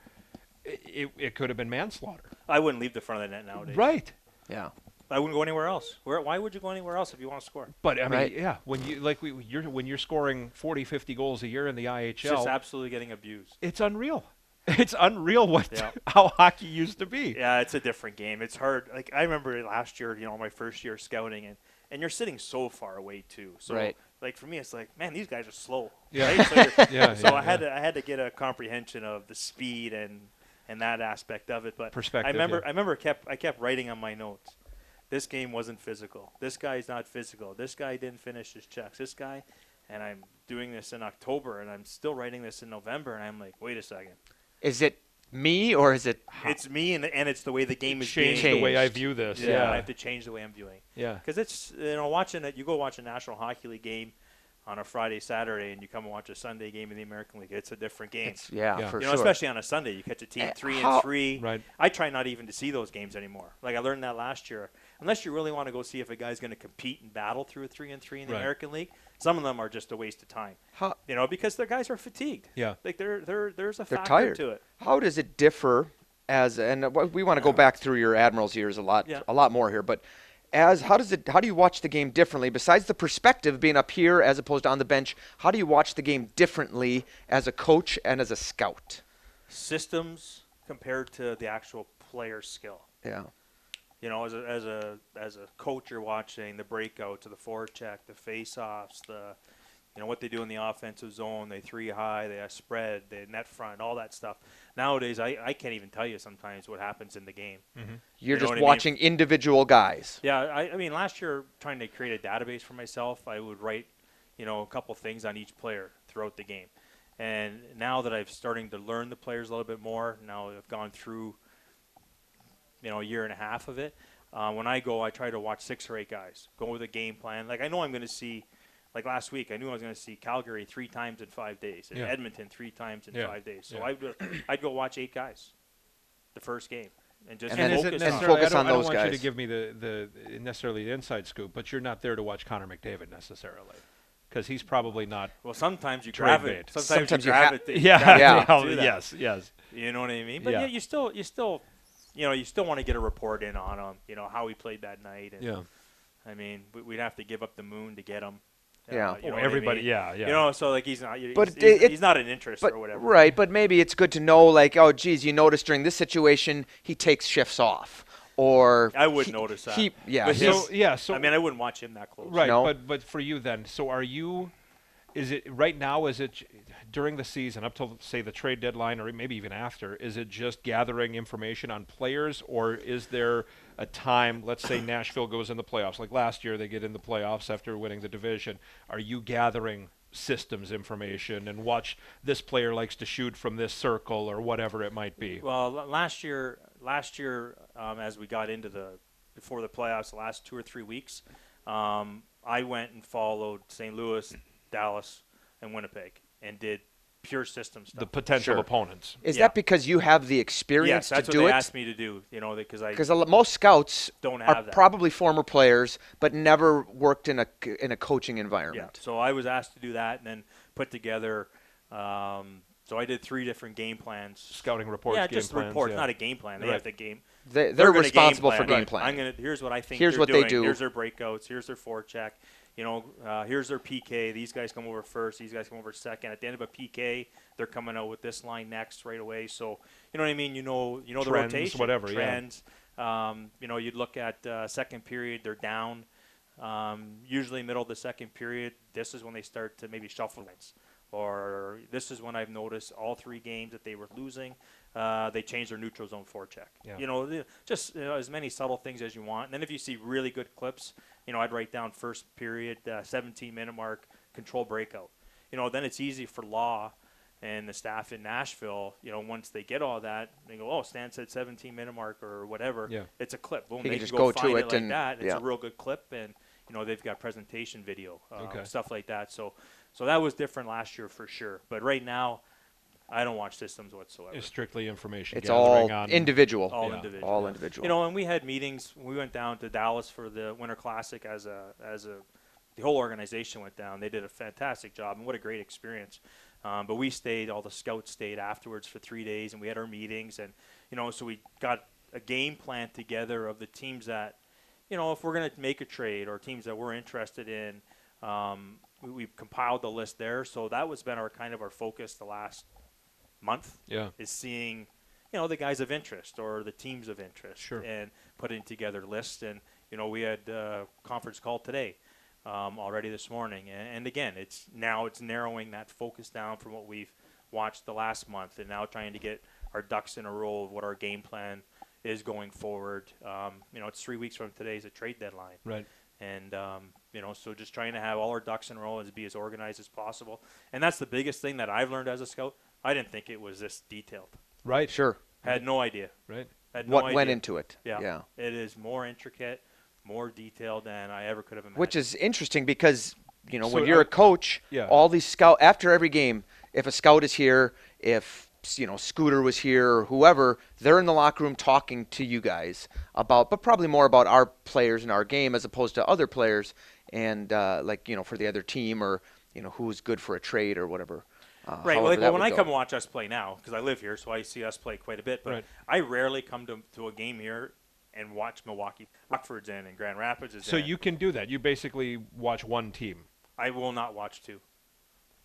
i- it, it could have been manslaughter.
I wouldn't leave the front of the net nowadays.
Right.
Yeah.
I wouldn't go anywhere else. Where, why would you go anywhere else if you want to score?
But I mean,
Right.
yeah, when you like we, you're when you're scoring 40, 50 goals a year in the IHL,
It's just absolutely getting abused.
it's unreal. It's unreal what
Yeah.
how hockey used to be.
Yeah, it's a different game. It's hard. Like I remember last year, you know, my first year scouting, and and you're sitting so far away too. So
Right.
like for me, it's like, man, these guys are slow.
Yeah.
Right? So, you're-
Yeah,
so
yeah,
I had to I had to get a comprehension of the speed and and that aspect of it. But I
Perspective,
remember
yeah.
I remember kept I kept writing on my notes. This game wasn't physical. This guy's not physical. This guy didn't finish his checks. This guy, and I'm doing this in October, and I'm still writing this in November, and I'm like, wait a second,
Is it me or is it?
it's me, and and it's the way the game is
Changed
being
the way I
Changed.
view this.
yeah, I
Yeah.
have to change the way I'm viewing.
Yeah.
Because it's you know watching it. You go watch a National Hockey League game. on a Friday, Saturday, and you come and watch a Sunday game in the American League. It's a different game.
It's, yeah,
Yeah.
for
you know,
sure.
especially on a Sunday, you catch a team
Eh,
three
how-
and three.
Right.
I try not even to see those games anymore. Like I learned that last year. Unless you really want to go see if a guy's going to compete and battle through a three and three in the
Right.
American League, some of them are just a waste of time.
How-
You know, because the guys are fatigued.
Yeah.
like they're, they're, there's a
They're
factor
tired.
to it.
How does it differ as and what- we want to go back through your admiral's years a lot
Yeah.
a lot more here, but as how does it how do you watch the game differently besides the perspective being up here as opposed to on the bench? How do you watch the game differently as a coach and as a scout?
Systems compared to the actual player skill.
Yeah.
You know, as a as a as a coach, you're watching the breakouts, the forecheck, the faceoffs, the you know what they do in the offensive zone. They three high, they spread, they net front, all that stuff. Nowadays, I, I can't even tell you sometimes what happens in the game.
You're
know what I
just
mean?
watching individual guys.
Yeah, I, I mean, last year trying to create a database for myself, I would write, you know, a couple things on each player throughout the game. And now that I've starting to learn the players a little bit more, now I've gone through, you know, a year and a half of it. Uh, when I go, I try to watch six or eight guys, go with a game plan. Like I know I'm going to see, like last week, I knew I was going to see Calgary three times in five days, and
Yeah.
Edmonton three times in
Yeah.
five days. So
Yeah.
I'd, go- I'd go watch eight guys, the first game, and just
And
is
focus
it
on
necessarily-
focus
I don't,
on
I don't
those
want you
guys.
to give me the, the necessarily the inside scoop, but you're not there to watch Connor McDavid necessarily because he's probably not.
Well, sometimes you
Trade
gravitate.
bait.
Sometimes,
Sometimes
you
you ha-
gravitate.
Yeah.
gravitate to that.
yes, yes.
You know what I mean? But
Yeah.
yeah, you still, you still, you know, you still want to get a report in on him. You know how he played that night. And,
Yeah.
I mean, we- we'd have to give up the moon to get him.
Yeah.
You know
Oh,
what I
everybody.
mean?
Yeah, yeah.
You know, so like he's not. He's,
But
he's,
it- it-
he's not an interest
But
or whatever.
right, but maybe it's good to know like oh geez, you notice during this situation he takes shifts off or
I would
he-
notice that.
He, yeah,
But
his-
so yeah, so
I mean, I wouldn't watch him that close.
right,
No.
but but for you then, so are you? Is it right now? Is it j- during the season up till say the trade deadline, or maybe even after? Is it just gathering information on players, or is there a time? Let's say Nashville goes in the playoffs, like last year, they get in the playoffs after winning the division. Are you gathering? systems information and watch this player likes to shoot from this circle or whatever it might be.
Well, l- last year, last year, um, as we got into the before the playoffs, the last two or three weeks, um, I went and followed St. Louis, Dallas, and Winnipeg, and did pure system stuff.
the potential
Sure.
opponents.
Is
Yeah.
that because you have the experience
yes, that's
to
what
do
they
it?
asked me to do. You know, because I
Because most scouts
Don't
are
have that.
probably former players, but never worked in a c- in a coaching
yeah.
environment.
So I was asked to do that, and then put together. Um, so I did three different game plans.
Scouting reports,
yeah,
game
just
plans,
reports,
yeah.
not a game plan. They
Right.
have the game.
They, they're,
gonna
responsible
game
for
plan.
game
Right.
planning.
I'm gonna. Here's what I think.
Here's
they're
what they
doing.
do.
Here's their breakouts. Here's their forecheck. You know, uh, here's their PK. These guys come over first. These guys come over second. At the end of a PK, they're coming out with this line next right away. So you know what I mean. You know, you know
Trends,
the rotation,
whatever, yeah.
trends. Um, you know, you'd look at uh, second period. They're down. Um, usually middle of the second period. This is when they start to maybe shuffle lines. Or this is when I've noticed all three games that they were losing. Uh, they changed their neutral zone forecheck.
Yeah.
You know, th- just you know, as many subtle things as you want. And then if you see really good clips, you know, I'd write down first period, uh, 17 minute mark, control breakout. You know, then it's easy for Law and the staff in Nashville. You know, once they get all that, they go, "Oh, Stan said 17 minute mark or whatever."
Yeah.
It's a clip. Boom,
He
they
can
can
just
go,
go to
find
it
it, like
and-
that. It's
yeah.
a real good clip, and you know they've got presentation video, um,
Okay.
stuff like that. So, so that was different last year for sure. But right now, I don't watch systems whatsoever.
It's strictly information
It's all
gathering on
individual.
all
Yeah.
individual.
All individual.
You know, and we had meetings. We went down to Dallas for the Winter Classic as a as a the whole organization went down. They did a fantastic job, and what a great experience. Um, but we stayed. All the scouts stayed afterwards for three days, and we had our meetings, and you know, so we got a game plan together of the teams that, you know, if we're going to make a trade or teams that we're interested in. Um, we, we compiled the list there, so that was been our kind of our focus the last month
yeah.
is seeing you know the guys of interest or the teams of interest
Sure.
and putting together lists and you know we had a conference call today um, already this morning and, and again it's now it's narrowing that focus down from what we've watched the last month and now trying to get our ducks in a row of what our game plan is going forward um, you know it's three weeks from today is a trade deadline
Right.
and um, you know so just trying to have all our ducks in a row and be as organized as possible and that's the biggest thing that i've learned as a scout i didn't think it was this detailed
Right.
sure.
had no idea
Right.
had no
What
idea.
went into it?
yeah.
yeah.
it is more intricate more detailed than i ever could have imagined
Which is interesting because you know,
So
when you're
are-
a coach,
Yeah.
all these scout after every game, if a scout is here, if you know Scooter was here or whoever, they're in the locker room talking to you guys about, but probably more about our players and our game as opposed to other players and uh, like you know for the other team or you know who's good for a trade or whatever. Uh,
Right.
however
Like
that
well, when
would
I
go.
come and watch us play now, because I live here, so I see us play quite a bit. But
Right.
I rarely come to, to a game here and watch Milwaukee. Rockford's in and Grand Rapids is
So
in.
you can do that. You basically watch one team.
I will not watch two.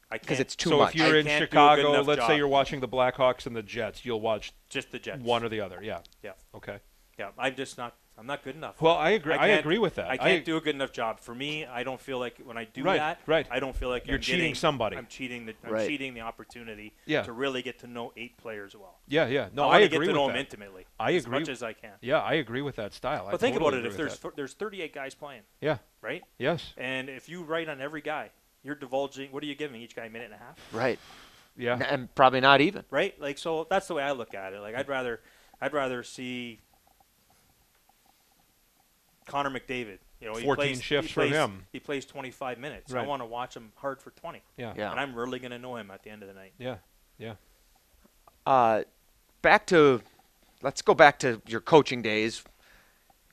I
because
can't.
it's too
so
much.
if you're
I
in
can't do a good
Chicago,
enough
let's say
job.
you're watching the Blackhawks and the Jets, you'll watch
just the Jets.
one or the other. Yeah.
Yeah.
Okay.
Yeah. I'm just not. I'm not good enough.
Well, I agree. I,
can't-
agree with that.
I can't do a good enough job. For me, I don't feel like when I do
Right,
that,
right.
I don't feel like
You're
I'm
cheating
getting-
somebody.
I'm cheating the I'm
Right.
cheating the opportunity
Yeah.
to really get to know eight players well.
Yeah, yeah. No,
I
I,
want to
agree
get to
with
know
that.
them intimately.
I
as
agree.
much as I can.
Yeah, I agree with that style. I
But think
totally
about
agree
it. If
with
there's
that.
fir- there's 38 guys playing,
yeah,
right?
yes,
And if you write on every guy, you're divulging. What are you giving each guy a minute and a half?
right,
yeah.
and probably not even.
Right? Like so. That's the way I look at it. Like I'd rather, I'd rather see Connor McDavid. You know, he
14
plays,
shifts
he
for
plays,
him.
He plays 25 minutes. I
Right.
want to watch him hard for 20.
yeah,
Yeah.
And I'm really going to know him at the end of the night.
yeah, yeah.
uh, back to let's go back to your coaching days.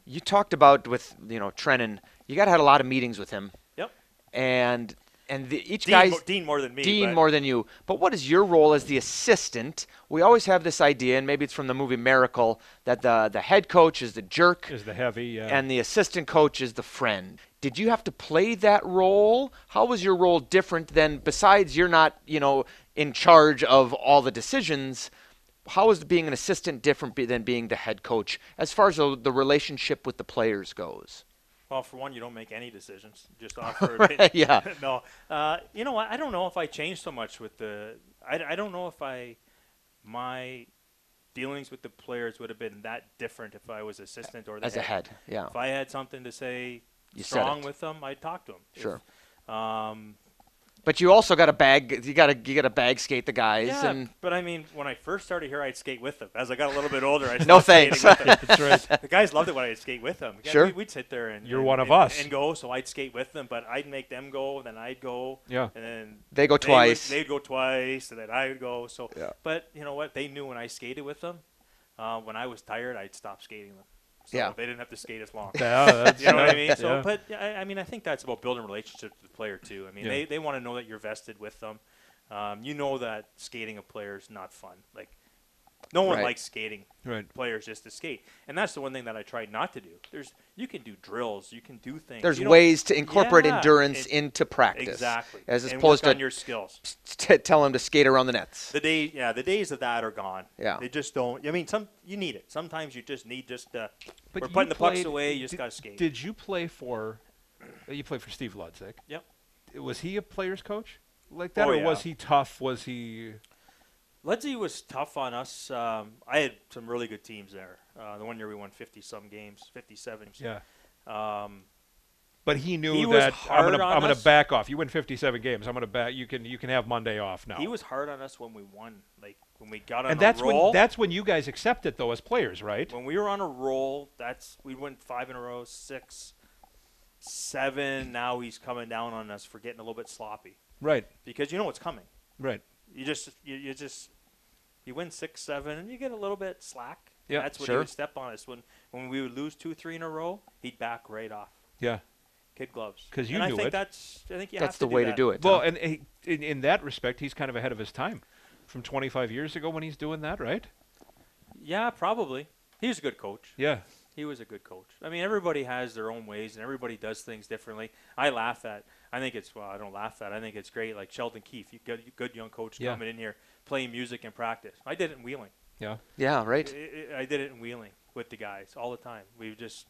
You talked about with you know Trennan. You got had a lot of meetings with him,
Yep.
and and the, each
Dean,
guy's
mo- Dean more than me.
Dean
but
more than you. But what is your role as the assistant? We always have this idea, and maybe it's from the movie Miracle, that the the head coach is the jerk
Is the heavy? uh, Yeah.
and the assistant coach is the friend. Did you have to play that role? How was your role different than besides you're not, you know, in charge of all the decisions? How is being an assistant different be, than being the head coach as far as the, the relationship with the players goes?
Well, for one, you don't make any decisions. Just offer.
yeah.
no. Uh, you know, what? I don't know if I changed so much with the. I, I don't know if I, my, dealings with the players would have been that different if I was assistant or the
As a head, yeah.
If I had something to say
You said
strong
it.
with them, I'd talk to them. If,
Sure.
um,
But you also got to bag you got to you got to bag skate the guys
yeah,
and
but I mean, when I first started here, I'd skate with them. As I got a little bit older, I
No
stopped skating
thanks.
with them.
That's right.
the guys loved it when I'd skate with them. Yeah,
Sure.
we- We'd sit there and
You're
and-
one of
and-
us.
and go. So I'd skate with them, but I'd make them go, then I'd go.
Yeah.
And then
They go
would-
twice.
they'd go twice, and then I would go. So,
Yeah.
but you know what? They knew when I skated with them. Uh, when I was tired, I'd stop skating them. So
Yeah.
They didn't have to skate as long.
Yeah, uh, that's-
You know what I
yeah,
mean? So,
yeah.
but I, I mean, I think that's about building relationships with the player too. I mean,
Yeah.
they, they want to know that you're vested with them. Um, you know that skating a player is not fun. Like, no one
Right.
likes skating
Right.
players just to skate, and that's the one thing that I tried not to do. There's you can do drills, you can do things.
there's
You don't-
ways to incorporate
Yeah,
endurance
it-
into practice.
exactly
As
and
opposed
work
to
on your skills.
t- tell them to skate around the nets.
The day, yeah, the days of that are gone.
Yeah.
they just don't. I mean, some you need it. Sometimes you just need just. Uh,
But
we're
you
putting the pucks
played-
away. You just
did-
gotta skate.
Did you play for? uh, You played for Steve Ludzik.
yep.
Was he a player's coach like that,
Oh,
or
yeah.
was he tough? Was he?
Lindsay was tough on us. Um, I had some really good teams there. Uh, the one year we won 50 some games, 57.
Yeah.
Um,
But he knew
He was
that I'm
hard
gonna
on
I'm gonna
us.
back off. You win 57 games. I'm gonna back. You can you can have Monday off now.
He was hard on us when we won. Like when we got on
and
a
that's
roll.
when that's when you guys accept it though as players, right?
when we were on a roll, that's we went five in a row, six, seven. Now he's coming down on us for getting a little bit sloppy
Right.
because you know what's coming.
Right.
You just you, you just you win six, seven, and you get a little bit slack.
Yeah,
that's when
sure.
he would step on us. When when we would lose two, three in a row, he'd back right off.
Yeah.
Kid gloves.
'Cause you
and
knew
I think
it.
that's I think you
That's
have
the
do
way
that.
to do it.
Well,
huh?
and he, in, in that respect, he's kind of ahead of his time from 25 years ago when he's doing that, right?
Yeah, probably. He was a good coach.
Yeah.
He was a good coach. I mean, everybody has their own ways and everybody does things differently. I laugh at. I think it's well. I don't laugh at. I think it's great. Like Sheldon Keefe, you good, good young coach
Yeah.
coming in here playing music in practice. I did it in Wheeling.
Yeah.
yeah, right.
I, I- I did it in Wheeling with the guys all the time. We just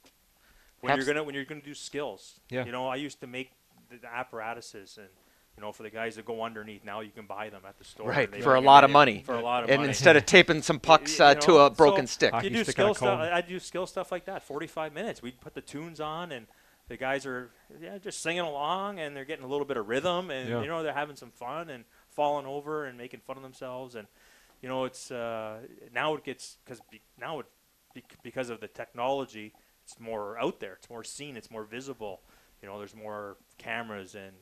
when
Abs-
you're gonna when you're gonna do skills.
Yeah.
You know, I used to make the, the apparatuses and. You know, for the guys that go underneath, now you can buy them at the store.
Right,
They
for a
bring 'em
lot
in
of money.
For a lot of
and
money.
instead of taping some pucks
Y-
uh,
you
to
know,
a broken
so
stick.
I-
You
Hockey
do
stick on a
skill stuff.
cone.
I do skill stuff like that. Forty-five minutes. We'd put the tunes on, and the guys are yeah just singing along, and they're getting a little bit of rhythm, and
Yeah.
you know they're having some fun and falling over and making fun of themselves, and you know it's uh, now it gets because be, now it bec- because of the technology, it's more out there, it's more seen, it's more visible. You know, there's more cameras and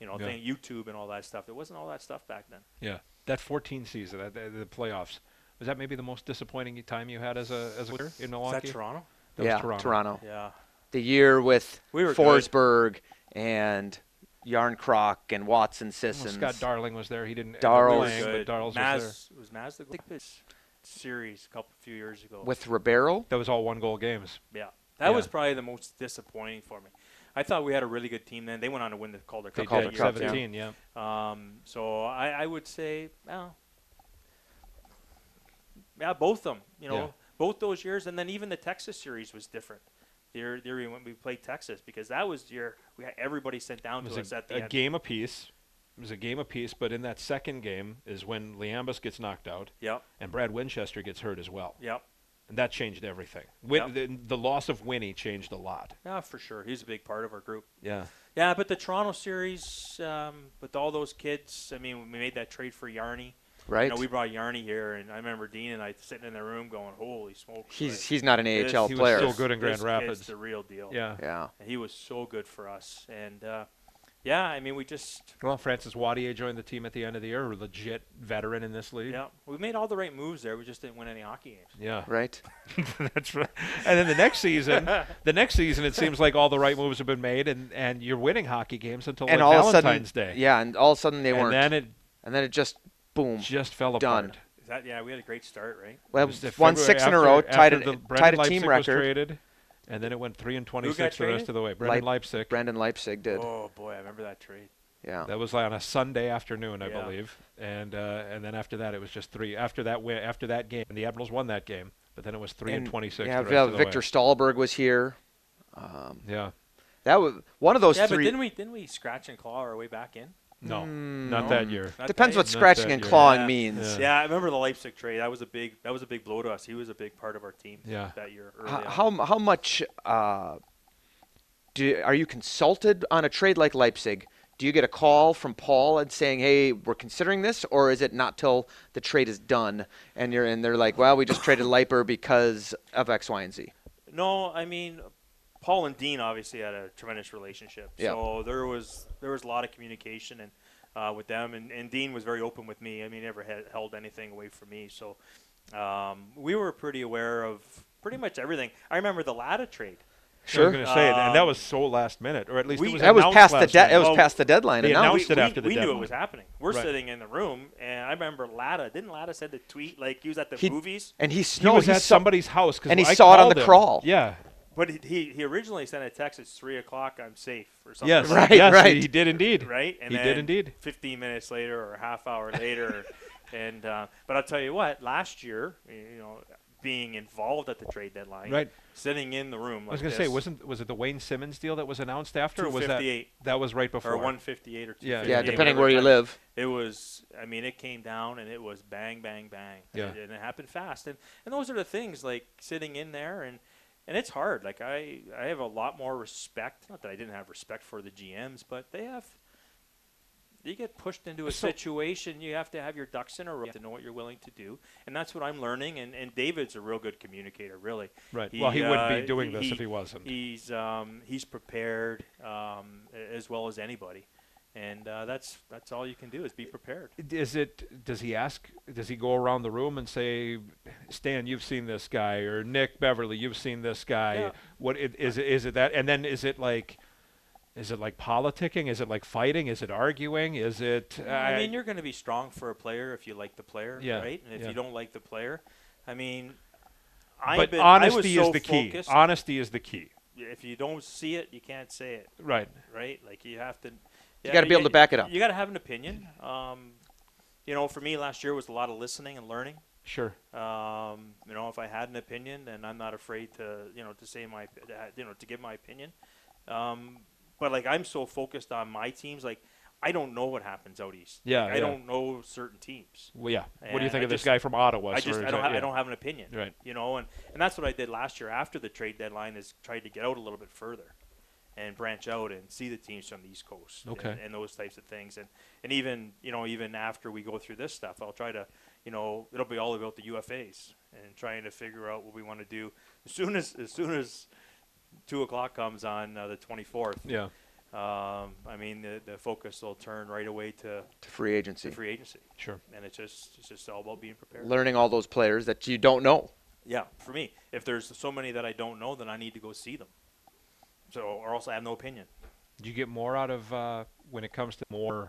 you know,
Yeah.
thing YouTube and all that stuff. There wasn't all that stuff back then.
Yeah, that 14 season, uh, the, the playoffs. Was that maybe the most disappointing time you had as a as a player in Milwaukee?
Is that Toronto?
That was
yeah,
Toronto.
Yeah.
The year with
We were good.
Forsberg and Yarncroc and Watson
Well,
Sissons.
Oh, Scott Darling was there. He didn't. end up
Darls.
We were
playing,
good.
but Darls
Maz,
was there.
was Maz the goal- this series a couple few years ago?
with Ribeiro.
That was all one goal games.
yeah,
Yeah.
that was probably the most disappointing for me. I thought we had a really good team then. They went on to win the Calder
They
Cup.
Calder
that
did,
year,
Cup,
too.
17. Yeah.
Um, so I, I would say, well, yeah, both of them. You know,
Yeah.
both those years, and then even the Texas series was different. The year, the year when we played Texas, because that was the year we had everybody sent down
It
to us
was a,
at the
a
end.
game apiece. It was a game apiece, but in that second game is when Liambus gets knocked out
Yep,
and Brad Winchester gets hurt as well,
yep,
and that changed everything. Win-
Yep.
the, the loss of Winnie changed a lot.
yeah, for sure. He's a big part of our group.
Yeah.
Yeah, but the Toronto series, um, with all those kids, I mean, we made that trade for Yarny.
Right.
You know, we brought Yarny here, and I remember Dean and I sitting in the room going, "Holy smokes!"
he's
like,
he's not an
this-
AHL
He was
player.
so good in Grand
this
Rapids.
Kid's the real deal.
Yeah.
Yeah.
And he was so good for us, and uh, yeah, I mean, we just
Well, Francis Wadier joined the team at the end of the year, a legit veteran in this league.
yeah, we made all the right moves there. We just didn't win any hockey games.
Yeah.
Right.
That's right. And then the next season, the next season, it seems like all the right moves have been made, and, and you're winning hockey games until
and
like
all
Valentine's
of a
Day.
sudden, yeah, and all of a sudden they
and
weren't.
then it
and then it just boom.
just fell
Done.
apart.
Is that yeah? We had a great start, right?
Well,
It was the February
won six in a
after-
row, tied
after the-
a,
Brandon
tied a
Leipzig
team
was
record.
traded, and then it went three and twenty six the
traded?
rest of the way. Brandon
Leip-
Leipzig.
Brandon Leipzig did.
Oh boy, I remember that trade.
Yeah.
That was like on a Sunday afternoon, I
Yeah.
believe, and uh, and then after that it was just three. After that win, after that game, and the Admirals won that game, but then it was three and,
And,
twenty six.
yeah,
the rest of the
Victor Stahlberg was here. Um,
Way. Yeah,
that was one of those
yeah, but
three.
didn't we didn't we scratch and claw our way back in?
no,
Mm,
not
no.
that year.
Not
Depends
that-
what
Not
scratching
that
and
year.
clawing
Yeah.
means.
Yeah.
Yeah, I remember the Leipzig trade. That was a big that was a big blow to us. He was a big part of our team
Yeah.
that year.
H-
Early on.
How how much uh, do are you consulted on a trade like Leipzig? Do you get a call from Paul and saying, "Hey, we're considering this," or is it not till the trade is done and you're and they're like, "Well, we just traded Leiper because of X, Y, and Z."
No, I mean, Paul and Dean obviously had a tremendous relationship.
Yeah.
So there was there was a lot of communication and uh, with them, and, and Dean was very open with me. I mean, he never had, held anything away from me. So um, we were pretty aware of pretty much everything. I remember the Latta trade.
I was
Sure,
going to say, and- and that
Um,
was so last minute, or at least
we-
it was
that was
announced
past the
last
de- it
minute.
was
Oh,
past the deadline.
they
and now-
announced- it
we,
after the
we knew it
deadline.
was happening. We're
Right.
sitting in the room, and I remember Latta. Didn't Latta send a tweet like he was at the
He-
movies?
and he,
He
no,
was
he
at
saw-
somebody's house, 'cause
and he
I
saw it on
called
the
him.
crawl.
Yeah,
But he- he he originally sent a text at three o'clock. I'm safe or something.
yes,
Right,
yes,
right.
He, he did indeed.
right?
he did indeed.
15 minutes later or a half hour later, and uh, but I'll tell you what, last year, you know, being involved at the trade deadline,
Right.
sitting in the room,
I was
like
going to say,
this,
wasn't was it the Wayne Simmons deal that was announced after? Or was that
258.
that was right before?
or 158 or 258,
Yeah,
yeah,
Yeah,
depending
whatever
where you
time.
live.
It was, I mean, it came down and it was bang, bang, bang.
Yeah.
And, it- and it happened fast. And, and those are the things like sitting in there and, and it's hard. Like I, I have a lot more respect. Not that I didn't have respect for the GMs, but they have, you get pushed into a
So-
situation. You have to have your ducks in a row You have to know what you're willing to do. And that's what I'm learning. And, and David's a real good communicator, really.
Right. well, he wouldn't
uh,
be doing this if he wasn't.
He's um, he's prepared um, a- as well as anybody, and uh, that's that's all you can do is be prepared.
is it does he ask does he go around the room and say stan you've seen this guy or nick beverly you've seen this guy
Yeah.
what it, is it is it that and then is it like is it like politicking is it like fighting is it arguing is it
I mean, you're going to be strong for a player if you like the player,
Yeah,
right? And if
yeah.
you don't like the player, I mean, I've
but
been,
honesty
I was
is
so
the key
focused.
honesty is the key
If you don't see it, you can't say it,
right
right? Like you have to.
gotta be able to back it up.
You got to have an opinion. Um, you know, for me, last year was a lot of listening and learning.
sure
Um, you know, if I had an opinion, then I'm not afraid to, you know, to say my, to ha- you know, to give my opinion. Um, but like I'm so focused on my teams, like I don't know what happens out east. Like,
Yeah,
I
yeah.
don't know certain teams.
well yeah what do you
And
think
I
of this
just-
guy from ottawa
I just
Sir?
I
Is
don't,
that-
ha-
yeah.
I don't have an opinion.
Right.
You know, and and that's what I did last year after the trade deadline is tried to get out a little bit further, and branch out and see the teams from the East Coast.
Okay.
And, and those types of things, and and even you know even after we go through this stuff, I'll try to you know it'll be all about the UFAs and trying to figure out what we want to do as soon as as soon as two o'clock comes on uh, the twenty fourth.
yeah
um, I mean, the, the focus will turn right away to,
to free agency.
to free agency.
Sure.
And it's just it's just all about being prepared.
Learning all those players that you don't know.
Yeah, for me, if there's so many that I don't know, then I need to go see them. So, or else I have no opinion.
Do you get more out of uh, when it comes to more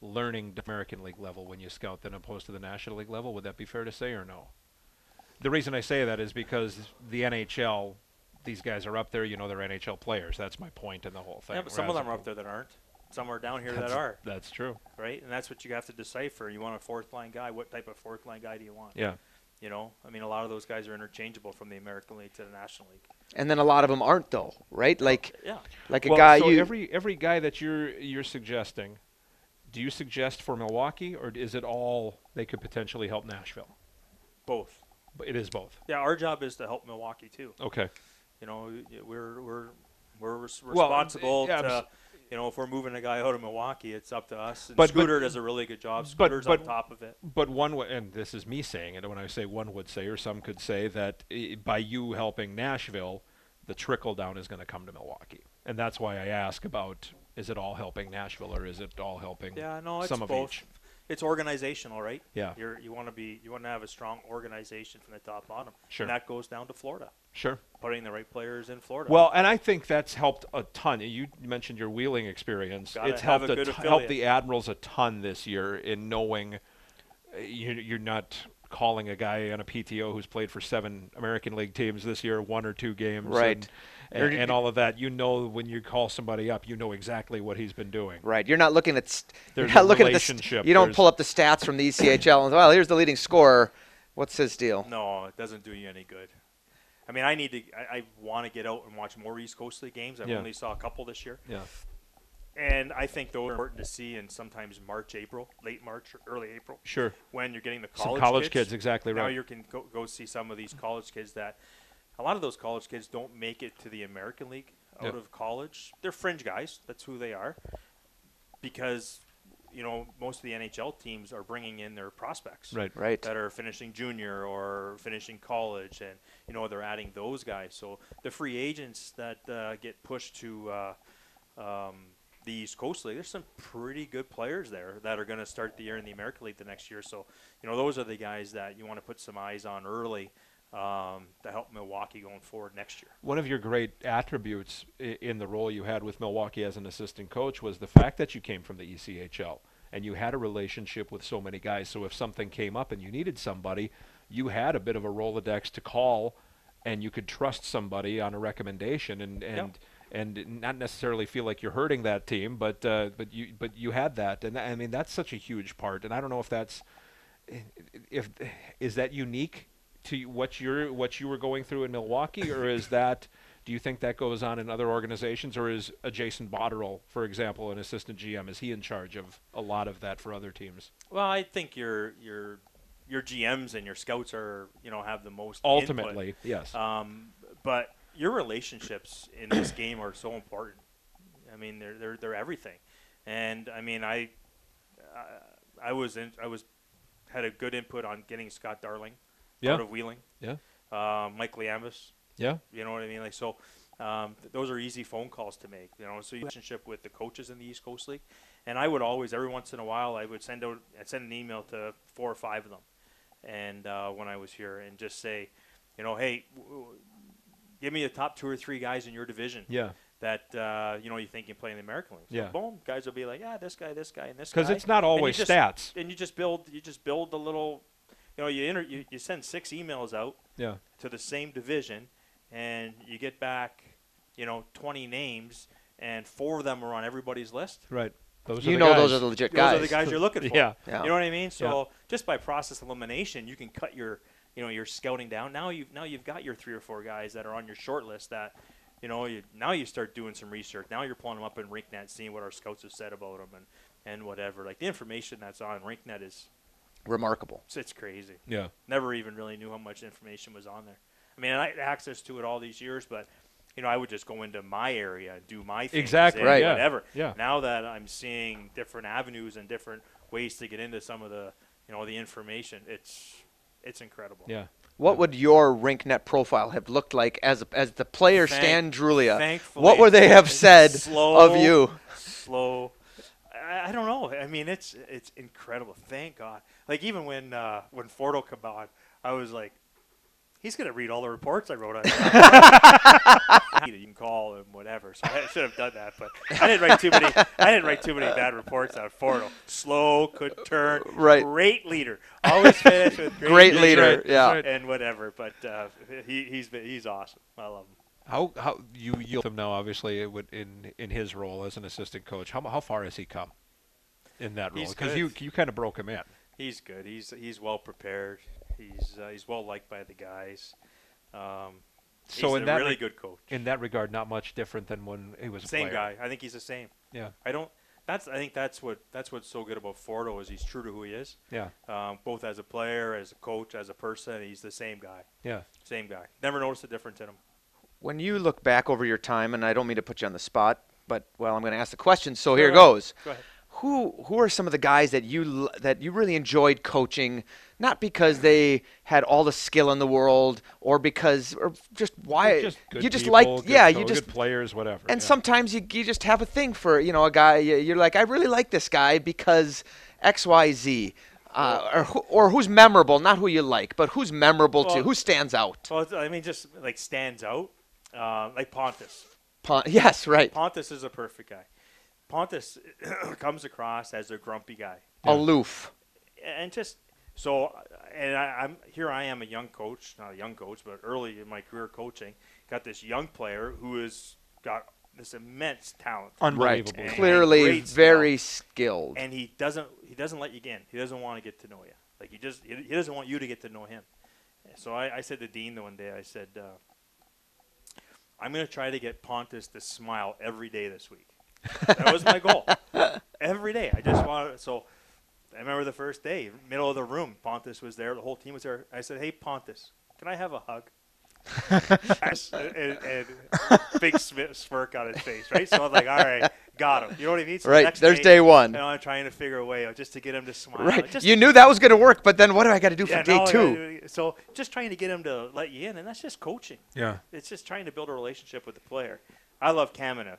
learning the American League level when you scout than opposed to the National League level? Would that be fair to say or no? The reason I say that is because the NHL, these guys are up there. You know, they're NHL players. That's my point in the whole thing.
Yeah, but some of
Whereas-
them are up there that aren't. Some are down here that
That's-
are
That's true.
right, and that's what you have to decipher. You want a fourth line guy? What type of fourth line guy do you want?
Yeah.
You know, I mean, a lot of those guys are interchangeable from the American League to the National League.
And then a lot of them aren't though, right? Like
Yeah,
like a
well,
guy
so
you
every every guy that you're you're suggesting, do you suggest for Milwaukee or is it all they could potentially help Nashville?
both.
But It is both.
Yeah, our job is to help Milwaukee too.
Okay.
You know, y- we're we're we're res-
Well, I'm-
responsible
yeah, I'm
to.
s-
you know, if we're moving a guy out of Milwaukee, it's up to us. And
But- but-
Scooter does a really good job.
but-
Scooter's
but-
on top of it.
But one, wa- and this is me saying it. When I say one would say, or some could say that i by you helping Nashville, the trickle down is going to come to Milwaukee, and that's why I ask about: is it all helping Nashville, or is it all helping?
Yeah, no, it's
some of
both.
each.
It's organizational, right?
Yeah.
You're, you want to be you want to have a strong organization from the top bottom.
Sure.
And that goes down to Florida,
Sure.
putting the right players in Florida.
Well, and I think that's helped a ton. You mentioned your wheeling experience.
Gotta
it's
have
helped
a good
ton-
affiliate.
helped the Admirals a ton this year in knowing uh, you, you're not calling a guy on a PTO who's played for seven American League teams this year, one or two games,
Right.
And, and,
You're-
and all of that. You know when you call somebody up, you know exactly what he's been doing.
Right, you're not looking at st- you're
There's
not
a
looking at the st-
relationship,
you don't
there's-
pull up the stats from the E ECHL and well, here's the leading scorer. What's his deal?
no, it doesn't do you any good. I mean, I need to. I, I want to get out and watch more East Coast League games. I have
Yeah.
only saw a couple this year,
Yeah.
and I think those are important to see in sometimes March, April, late March, or early April.
Sure.
When you're getting the
Some
college
college
kids,
kids, exactly
Now
right.
you can go, go see some of these college kids that a lot of those college kids don't make it to the American League out
Yep.
of college. They're fringe guys. That's who they are. Because you know most of the NHL teams are bringing in their prospects
Right.
Right.
that are finishing junior or finishing college, and you know they're adding those guys. So the free agents that uh, get pushed to uh, um, the East Coast League, there's some pretty good players there that are going to start the year in the American League the next year. So you know those are the guys that you want to put some eyes on early um, to help Milwaukee going forward next year.
One of your great attributes i- in the role you had with Milwaukee as an assistant coach was the fact that you came from the E ECHL and you had a relationship with so many guys. So if something came up and you needed somebody, you had a bit of a Rolodex to call and you could trust somebody on a recommendation and, and, and not necessarily feel like you're hurting that team, but, uh, but you, but you had that. And I mean, that's such a huge part. And I don't know if that's, if is that unique to what you're what you were going through in Milwaukee, or is that do you think that goes on in other organizations, or is a Jason Botterill, for example, an assistant GM, is he in charge of a lot of that for other teams?
Well, I think your your your GMs and your scouts are you know have the most input.
Ultimately, yes,
Um, but your relationships in this game are so important. I mean, they're they're they're everything. And I mean, I uh, I was in, I was had a good input on getting Scott Darling
Yeah.
out of Wheeling.
Yeah.
Uh, Mike Liamis.
yeah,
You know what I mean? Like so. Um, th- those are easy phone calls to make, you know. So you relationship with the coaches in the East Coast League, and I would always, every once in a while, I would send out, I'd send an email to four or five of them, and uh, when I was here, and just say, you know, hey, w- w- give me the top two or three guys in your division
yeah,
that uh, you know you think can play in the American League. So
Yeah.
Boom, guys will be like, yeah, this guy, this guy, and this guy.
because it's not
And you
always
just-
stats.
And you just build, you just build the little, you know, you inter- you, you send six emails out
Yeah,
to the same division, and you get back, you know, 20 names, and four of them are on everybody's list.
right. Those
you
are the
know
guys.
those are the legit
Those are the guys you're looking for.
Yeah.
Yeah.
You know what I mean? So just by process elimination, you can cut your, you know, your scouting down. Now you've now you've got your three or four guys that are on your short list that, you know, you, now you start doing some research. Now you're pulling them up in RinkNet, seeing what our scouts have said about them and and whatever. Like the information that's on RinkNet is
Remarkable.
it's- it's crazy.
yeah.
Never even really knew how much information was on there. I mean, I had access to it all these years, but you know, I would just go into my area and do my things
Exactly,
and
Right.
yeah,
whatever.
yeah.
Now that I'm seeing different avenues and different ways to get into some of the you know the information, it's it's incredible.
Yeah.
What would your rink net profile have looked like as a, as the player
Thank-
Stan Drulia?
thankfully,
What would they have
it's
said
slow,
of you?
Slow. I, I don't know. I mean, it's it's incredible. Thank God. Like even when uh, when Fordo came on, I was like, he's gonna read all the reports I wrote on. him. you can call him whatever. So I should have done that, but I didn't write too many. I didn't write too many bad reports on Fordo. Slow, could turn.
Right.
Great leader. Always finish with great,
Great
leader.
leader,
right,
yeah.
right.
And whatever, but uh, he, he's been, he's awesome. I love him.
How how you you him now? Obviously, it would in in his role as an assistant coach. How how far has he come in that role?
He's
Because
good.
you you kind of broke him in.
He's good. He's he's well prepared. He's uh, he's well liked by the guys. Um,
So
he's
in
a
that
really
re-
good coach.
In that regard, not much different than when he was a
Same
player.
guy. I think he's the same.
Yeah,
I don't. That's I think that's what that's what's so good about Fordo is he's true to who he is,
yeah,
um, both as a player, as a coach, as a person. He's the same guy.
yeah.
Same guy. Never noticed a difference in him.
When you look back over your time, and I don't mean to put you on the spot, but well, I'm going to ask the question. So here
ahead.
goes.
Go ahead.
Who who are some of the guys that you l- that you really enjoyed coaching? Not because they had all the skill in the world, or because, or just why
just good
you just
people,
liked,
good
yeah,
co-
you just
good players, whatever.
and
yeah.
sometimes you, you just have a thing for you know a guy you- you're like i really like this guy because xyz uh, or, who, or who's memorable not who you like but who's memorable to
Well-
who stands out
Well, it's- I mean, just like stands out, uh, like Pontus.
Pon- yes right
Pontus is a perfect guy. Pontus comes across as a grumpy guy.
aloof
and just so and I, I'm here. I am a young coach, not a young coach, but early in my career coaching. Got this young player who has got this immense talent,
right
unbelievable.
And
clearly
great skill.
very skilled
and he doesn't he doesn't let you in. He doesn't want to get to know you. Like he just he he doesn't want you to get to know him. So I, I said to Dean the one day, I said, uh, I'm going to try to get Pontus to smile every day this week. That was my goal. every day, I just want so. I remember the first day, middle of the room, Pontus was there. The whole team was there. I said, "Hey, Pontus, can I have a hug?" Yes, and, and big smi- smirk on his face, right? So I'm like, "All right, got him." You know what I mean? So the
Right,
next
there's day one.
And I'm trying to figure a way out just to get him to smile.
right
uh, Just,
you knew that was going to work but then what do i got to do for
yeah,
day
no,
two
yeah, So just trying to get him to let you in, and that's just coaching.
Yeah,
It's just trying to build a relationship with the player. I love Kamenev.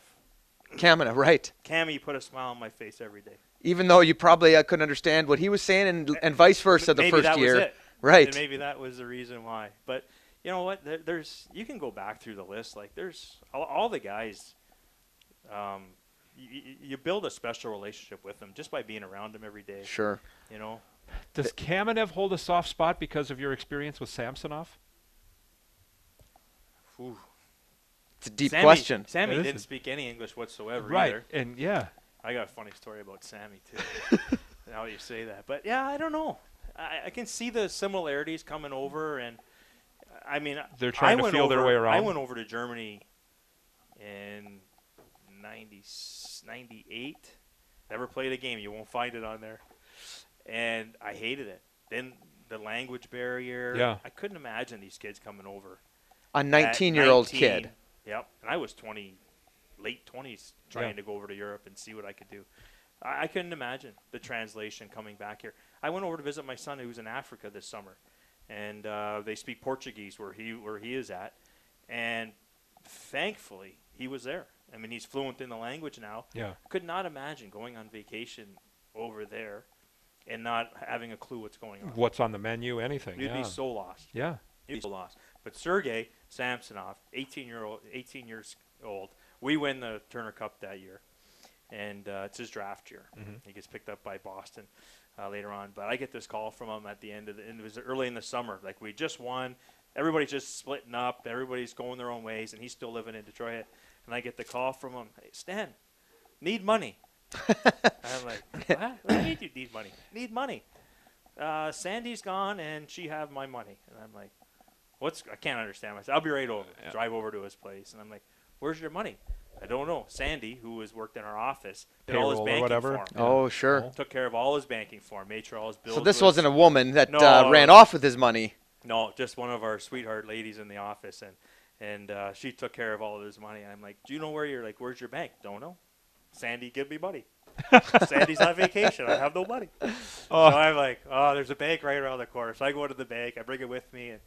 Kamina, right
Cammy put a smile on my face every day.
even though you probably uh, couldn't understand what he was saying and, and vice versa the
Eh, maybe
first
that
year
was it.
right
And maybe that was the reason why. But you know what? There, there's you can go back through the list. Like there's all, all the guys. Um, you, you build a special relationship with them just by being around them every day.
sure
You know,
does Kamenev hold a soft spot because of your experience with Samsonov?
Whew.
it's a deep
Sammy,
question
Sammy
It is
didn't
a-
speak any English whatsoever
Right,
either.
and yeah,
I got a funny story about Sammy too. now that you say that, but yeah, I don't know. I, I can see the similarities coming over, and I mean,
They're trying
I
to
went
feel their
over-
way
I
around.
went over to Germany in 90, 98. Never played a game. You won't find it on there, and I hated it. Then the language barrier.
Yeah.
I couldn't imagine these kids coming over
a
at
19 year old
19.
kid
Yep, and I was twenty, late twenties, trying
Yeah.
to go over to Europe and see what I could do. I, I couldn't imagine the translation coming back here. I went over to visit my son who's in Africa this summer, and uh, they speak Portuguese where he where he is at, and thankfully he was there. I mean, he's fluent in the language now.
yeah.
Could not imagine going on vacation over there and not having a clue what's going on.
What's on the menu? Anything?
You'd
yeah.
be so lost.
yeah.
He's lost. But Sergey Samsonov, 18 year old, 18 years old, we win the Turner Cup that year, and uh, it's his draft year. He gets picked up by Boston uh, later on. But I get this call from him at the end of the, and it was early in the summer. Like we just won, everybody's just splitting up, everybody's going their own ways, and he's still living in Detroit. And I get the call from him, hey, Stan, need money. I'm like, what? what do you mean you need money? Need money. Uh, Sandy's gone and she have my money. And I'm like, what's, I can't understand myself. I'll be right over.
Yeah.
Drive over to his place. And I'm like, where's your money? I don't know. Sandy, who was worked in our office, did all his
Payroll or
banking
whatever.
for him.
Yeah.
oh sure
Oh.
Took care of all his banking for him. Made sure all his bills.
So this
were-
wasn't a woman that uh,
No.
ran off with his money.
No, just one of our sweetheart ladies in the office, and and uh, she took care of all of his money. I'm like, do you know where you're? Like, where's your bank? Don't know. Sandy, give me money. Sandy's on vacation. I have no "Oh, money. So I'm like, oh, there's a bank right around the corner. So I go to the bank. I bring it with me, and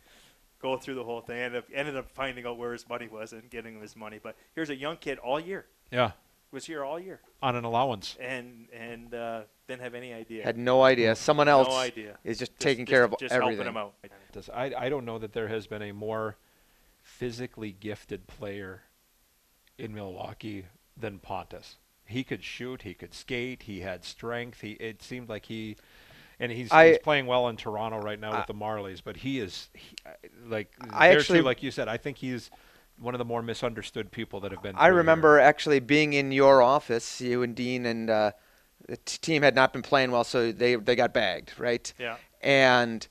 go through the whole thing. Ended up, ended up finding out where his money was and getting him his money. But here's a young kid all year,
Yeah,
was here all year,
on an allowance.
and and uh, didn't have any idea.
Had no idea. Someone else
no idea.
is just,
Just-
taking
just-
care of
just
everything.
helping him out.
Does I I don't know that there has been a more physically gifted player in Milwaukee than Pontus. He could shoot, he could skate, he had strength. He it seemed like he and he's,
I-
he's playing well in Toronto right now with the Marlies, but he is he, like
I
there too,
actually-
like you said, I think he's one of the more misunderstood people that have been
I
through here.
remember actually being in your office, you and Dean, and uh, the t- team had not been playing well, so they they got bagged, right?
Yeah.
And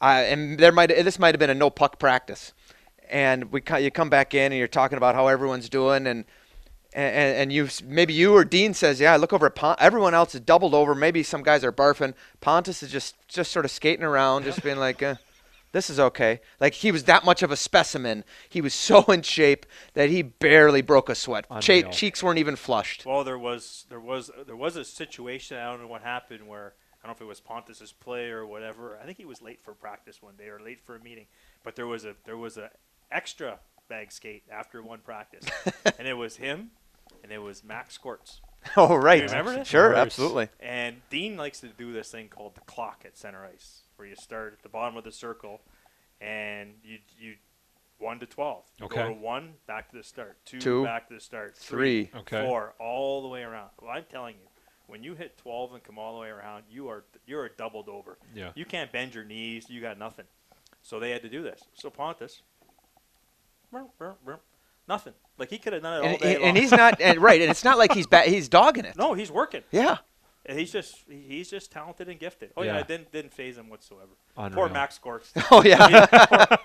I and there might this might have been a no puck practice, and we co- you come back in and you're talking about how everyone's doing and. And, and you maybe you or Dean says, yeah. I look over at Pon- everyone else is doubled over. Maybe some guys are barfing. Pontus is just just sort of skating around, just being like, uh, this is okay. Like he was that much of a specimen. He was so in shape that he barely broke a sweat. Che-
Unreal.
cheeks weren't even flushed.
Well, there was there was there was a situation. I don't know what happened where I don't know if it was Pontus's play or whatever. I think he was late for practice one day or late for a meeting. But there was a there was a extra bag skate after one practice, and it was him, and it was Max Skorts.
oh right.
remember this?
Sure,
Gross.
absolutely.
And Dean likes to do this thing called the clock at center ice, where you start at the bottom of the circle, and you you one to twelve. You
Okay.
Go to one, back to the start. Two,
Two.
back to the start.
Three.
Okay.
Four, all the way around. Well, I'm telling you, when you hit twelve and come all the way around, you are you are doubled over.
Yeah.
You can't bend your knees. You got nothing. So they had to do this. So Pontus, burp, burp, burp, nothing. Like he could have done it all
And,
day
and,
long.
and he's not and right. And it's not like he's ba- he's dogging it.
no, he's working.
Yeah.
And he's just he- he's just talented and gifted. Oh yeah,
Yeah.
it didn't didn't phase him whatsoever.
Unreal.
Poor Max Gorts.
Oh yeah.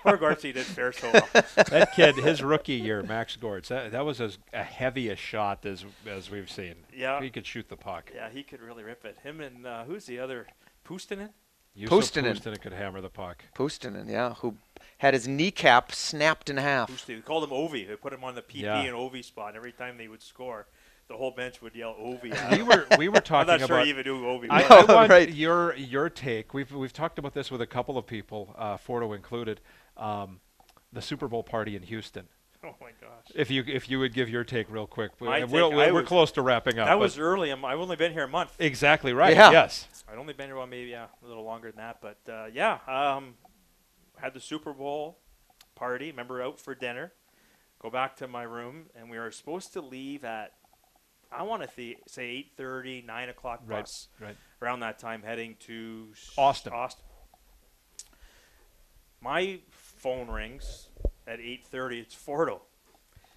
Poor Gortsy did fare so well.
that kid, his rookie year, Max Gortz, that, that was as a heaviest shot as as we've seen.
Yeah.
he could shoot the puck.
Yeah, he could really rip it. Him and uh, who's the other Pustinen?
Yusuf
Pustinen.
Pustinen could hammer the puck.
Pustinen, yeah, who had his kneecap snapped in half.
Pustin. We called him Ovi. They put him on the PP
Yeah.
and Ovi spot. And every time they would score, the whole bench would yell Ovi. at
we
him.
were we were talking
I'm not sure
about.
he even knew who Ovi
I,
was.
I want
Right.
your your take. We've we've talked about this with a couple of people, uh, Fordo included. Um, the Super Bowl party in Houston.
oh my gosh.
If you if you would give your take real quick, we,
My
are
take, I
we're
was-
close to wrapping up.
That
but-
was early. I'm, I've only been here a month.
exactly right.
Yeah.
Yes.
I'd only been here well, maybe yeah, a little longer than that, but uh, yeah, um, had the Super Bowl party. Remember, out for dinner, go back to my room, and we were supposed to leave at I want to th- say 8:30, 9 o'clock
Right.
bus
Right.
around that time, heading to s-
Austin.
Austin. My phone rings at 8:30. It's Fordo.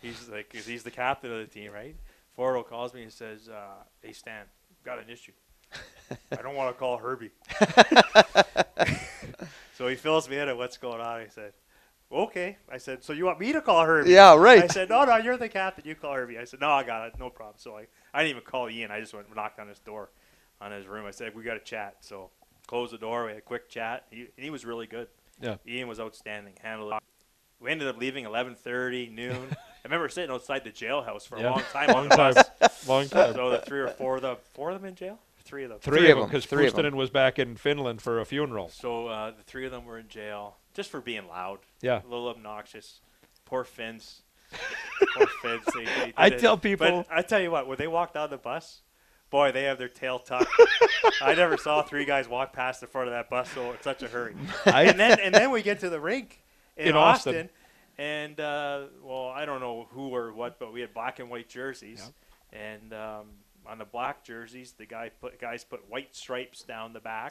He's like, 'cause he's the captain of the team, right? Fordo calls me and says, uh, "Hey Stan, got an issue. I don't want to call Herbie." so he fills me in on what's going on. I said, "Okay." I said, "So you want me to call Herbie?"
Yeah,
I
right.
said, "No, no, you're the captain. You call Herbie." I said, "No, I got it. No problem." So I, I didn't even call Ian. I just went and knocked on his door, on his room. I said, "We got to chat." So closed the door. We had a quick chat. He, and he was really good.
Yeah.
Ian was outstanding. Handled it. We ended up leaving 11:30 noon. I remember sitting outside the jailhouse for
Yeah.
a long time. on
Long
the
time.
bus.
Long time.
So the three or four of the four of them in jail. Three of them.
Three,
Three
of
of
them
'em,
because
three of 'em.
Pustinen was back in Finland for a funeral.
So uh, the three of them were in jail just for being loud.
Yeah.
A little obnoxious. Poor Finns. Poor Finns. They, they did
I
it.
tell people-
But I tell you what, when they walked on the bus, boy, they have their tail tucked. I never saw three guys walk past the front of that bus so in such a hurry.
I-
and then and then we get to the rink in,
In Austin.
Austin. And uh, well, I don't know who or what, but we had black and white jerseys, and um, on the black jerseys, the guy put guys put white stripes down the back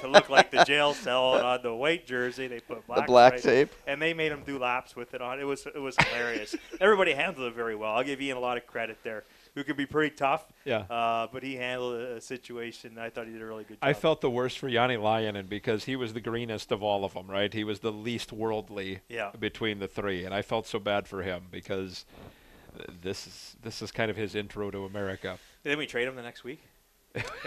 to look like the jail cell. And on the white jersey, they put black,
black
stripes,
tape.
and they made him do laps with it on. It was it was hilarious. Everybody handled it very well. I'll give Ian a lot of credit there, who can be pretty tough.
Yeah.
Uh, but he handled a a situation. I thought he did a really good job.
I felt the worst for Yanni Lyonen because he was the greenest of all of them, right? He was the least worldly
Yeah.
between the three, and I felt so bad for him because uh, this is this is kind of his intro to America.
Didn't we trade him the next week?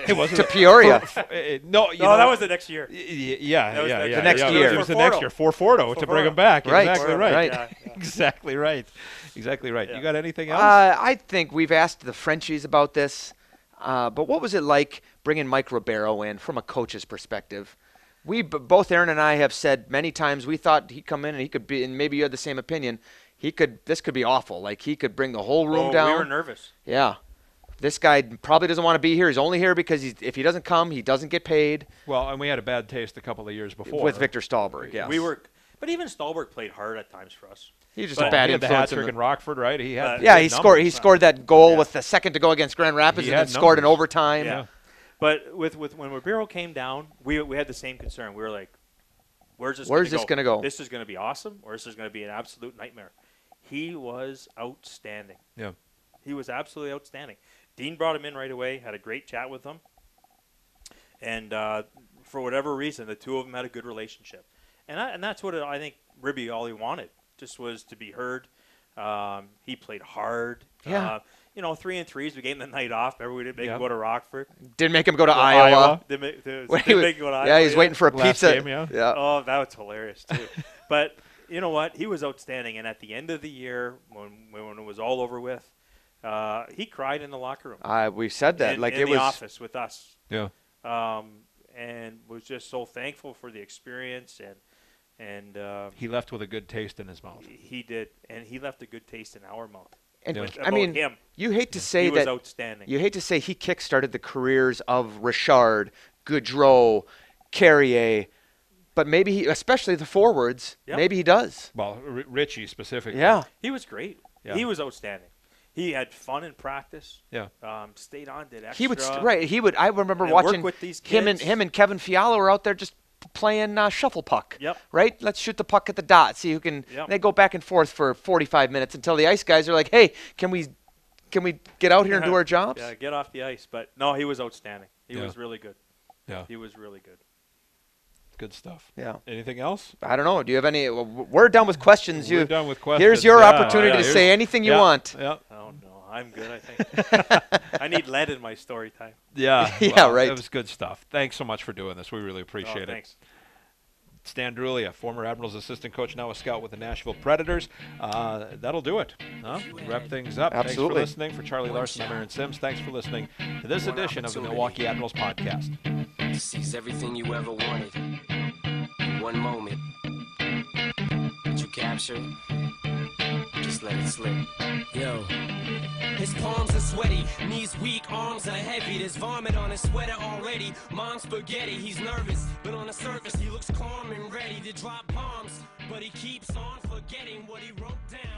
It wasn't
To Peoria.
f- eh, no, you
no,
know,
Oh, that was the next year.
y- y- yeah,
that was
yeah, yeah,
the next
year. The next
yeah,
year.
It was the
For
next
Fordo.
year for Fordo
For
to bring
Fordo.
him back.
Right.
Exactly
Fordo,
right.
yeah, yeah.
Exactly right. Exactly right.
Yeah.
You got anything else?
Uh, I think we've asked the Frenchies about this, uh, but what was it like bringing Mike Ribeiro in from a coach's perspective? we b- both Aaron and I have said many times we thought he'd come in and he could be, and maybe you had the same opinion. He could. This could be awful. Like he could bring the whole room
Oh,
down.
We were nervous.
Yeah. This guy probably doesn't want to be here. He's only here because he's, if he doesn't come, he doesn't get paid
Well, and we had a bad taste a couple of years before
with Victor Stahlberg. Yes.
We were, but even Stallberg played hard at times for us.
He's just
Well,
a bad
he had the hat
influence. in
trick
the-
in Rockford, right? He had
But-
the
yeah,
good
he scored. He
numbers.
scored that goal
Yeah.
with the second to go against Grand Rapids,
He
and then
had
scored in
numbers.
overtime.
Yeah. But with, with when Ribeiro came down, we, we had the same concern. We were like, where's this
Where's
gonna
this
go?
gonna go?
This is going to be awesome, or this is going to be an absolute nightmare. He was outstanding.
Yeah.
He was absolutely outstanding. Dean brought him in right away, had a great chat with him. And uh, for whatever reason, the two of them had a good relationship. And, I, and that's what I think Ribby all he wanted just was to be heard. Um, he played hard.
Yeah.
Uh, you know, three and threes. We gave him the night off. Remember, we didn't make
Yeah.
him go to Rockford.
Didn't make him go to
Well,
Iowa.
Iowa.
They make, they,
When
they
he was-
make one eye
yeah, he's
for you.
waiting for a
Last
pizza.
game, yeah.
Oh, that was hilarious too. but you know what? He was outstanding, and at the end of the year, when when it was all over with, uh, he cried in the locker room,
Uh, we've said that.
in,
like
in
it
the
was.
office with us,
Yeah.
um, and was just so thankful for the experience, and and uh,
He left with a good taste in his mouth.
he did, and he left a good taste in our mouth.
And
Yeah.
With-
I
about
mean,
him,
you hate to
he
say
was
that.
outstanding.
You hate to say he kick-started the careers of Richard, Goudreau, Carrier, but maybe he, especially the forwards,
Yep.
maybe he does.
Well, R- Richie specifically.
Yeah.
He was great.
Yeah.
He was outstanding. He had fun in practice.
Yeah.
Um, stayed on, did extra.
He would st- right. He would. I remember
and work
watching
with these
him and
kids.
him and Kevin Fiala were out there just p- playing uh, shuffle puck.
Yep.
Right. Let's shoot the puck at the dot. See who can.
Yep.
They go back and forth for 45 minutes until the ice guys are like, "Hey, can we, can we get out here and do our jobs?"
Yeah, get off the ice. But no, he was outstanding. He
Yeah.
was really good.
Yeah.
He was really good.
Good stuff.
Yeah.
Anything else?
I don't know. Do you have any? well, w- We're done with questions.
We're
you.
done with questions.
Here's your
Yeah,
opportunity
yeah,
to
here's-
say anything you
yeah,
want.
Yeah.
Oh no, I'm good. I think I need lead in my story time.
Yeah.
Yeah,
well,
right.
It was good stuff. Thanks so much for doing this. We really
Oh,
appreciate it.
thanks.
Stan Drulia, former Admirals assistant coach, now a scout with the Nashville Predators. Uh, that'll do it. Huh? Wrap things up. Thanks
Absolutely.
for listening. For Charlie Larson, I'm Aaron Sims. Thanks for listening to this
One
edition of the
opportunity.
Milwaukee Admirals podcast.
Seize everything you ever wanted in one moment that you capture. Just let it slip. Yo. His palms are sweaty, knees weak, arms are heavy. There's vomit on his sweater already. Mom's spaghetti, he's nervous, but on the surface he looks calm and ready to drop bombs. But he keeps on forgetting what he wrote down.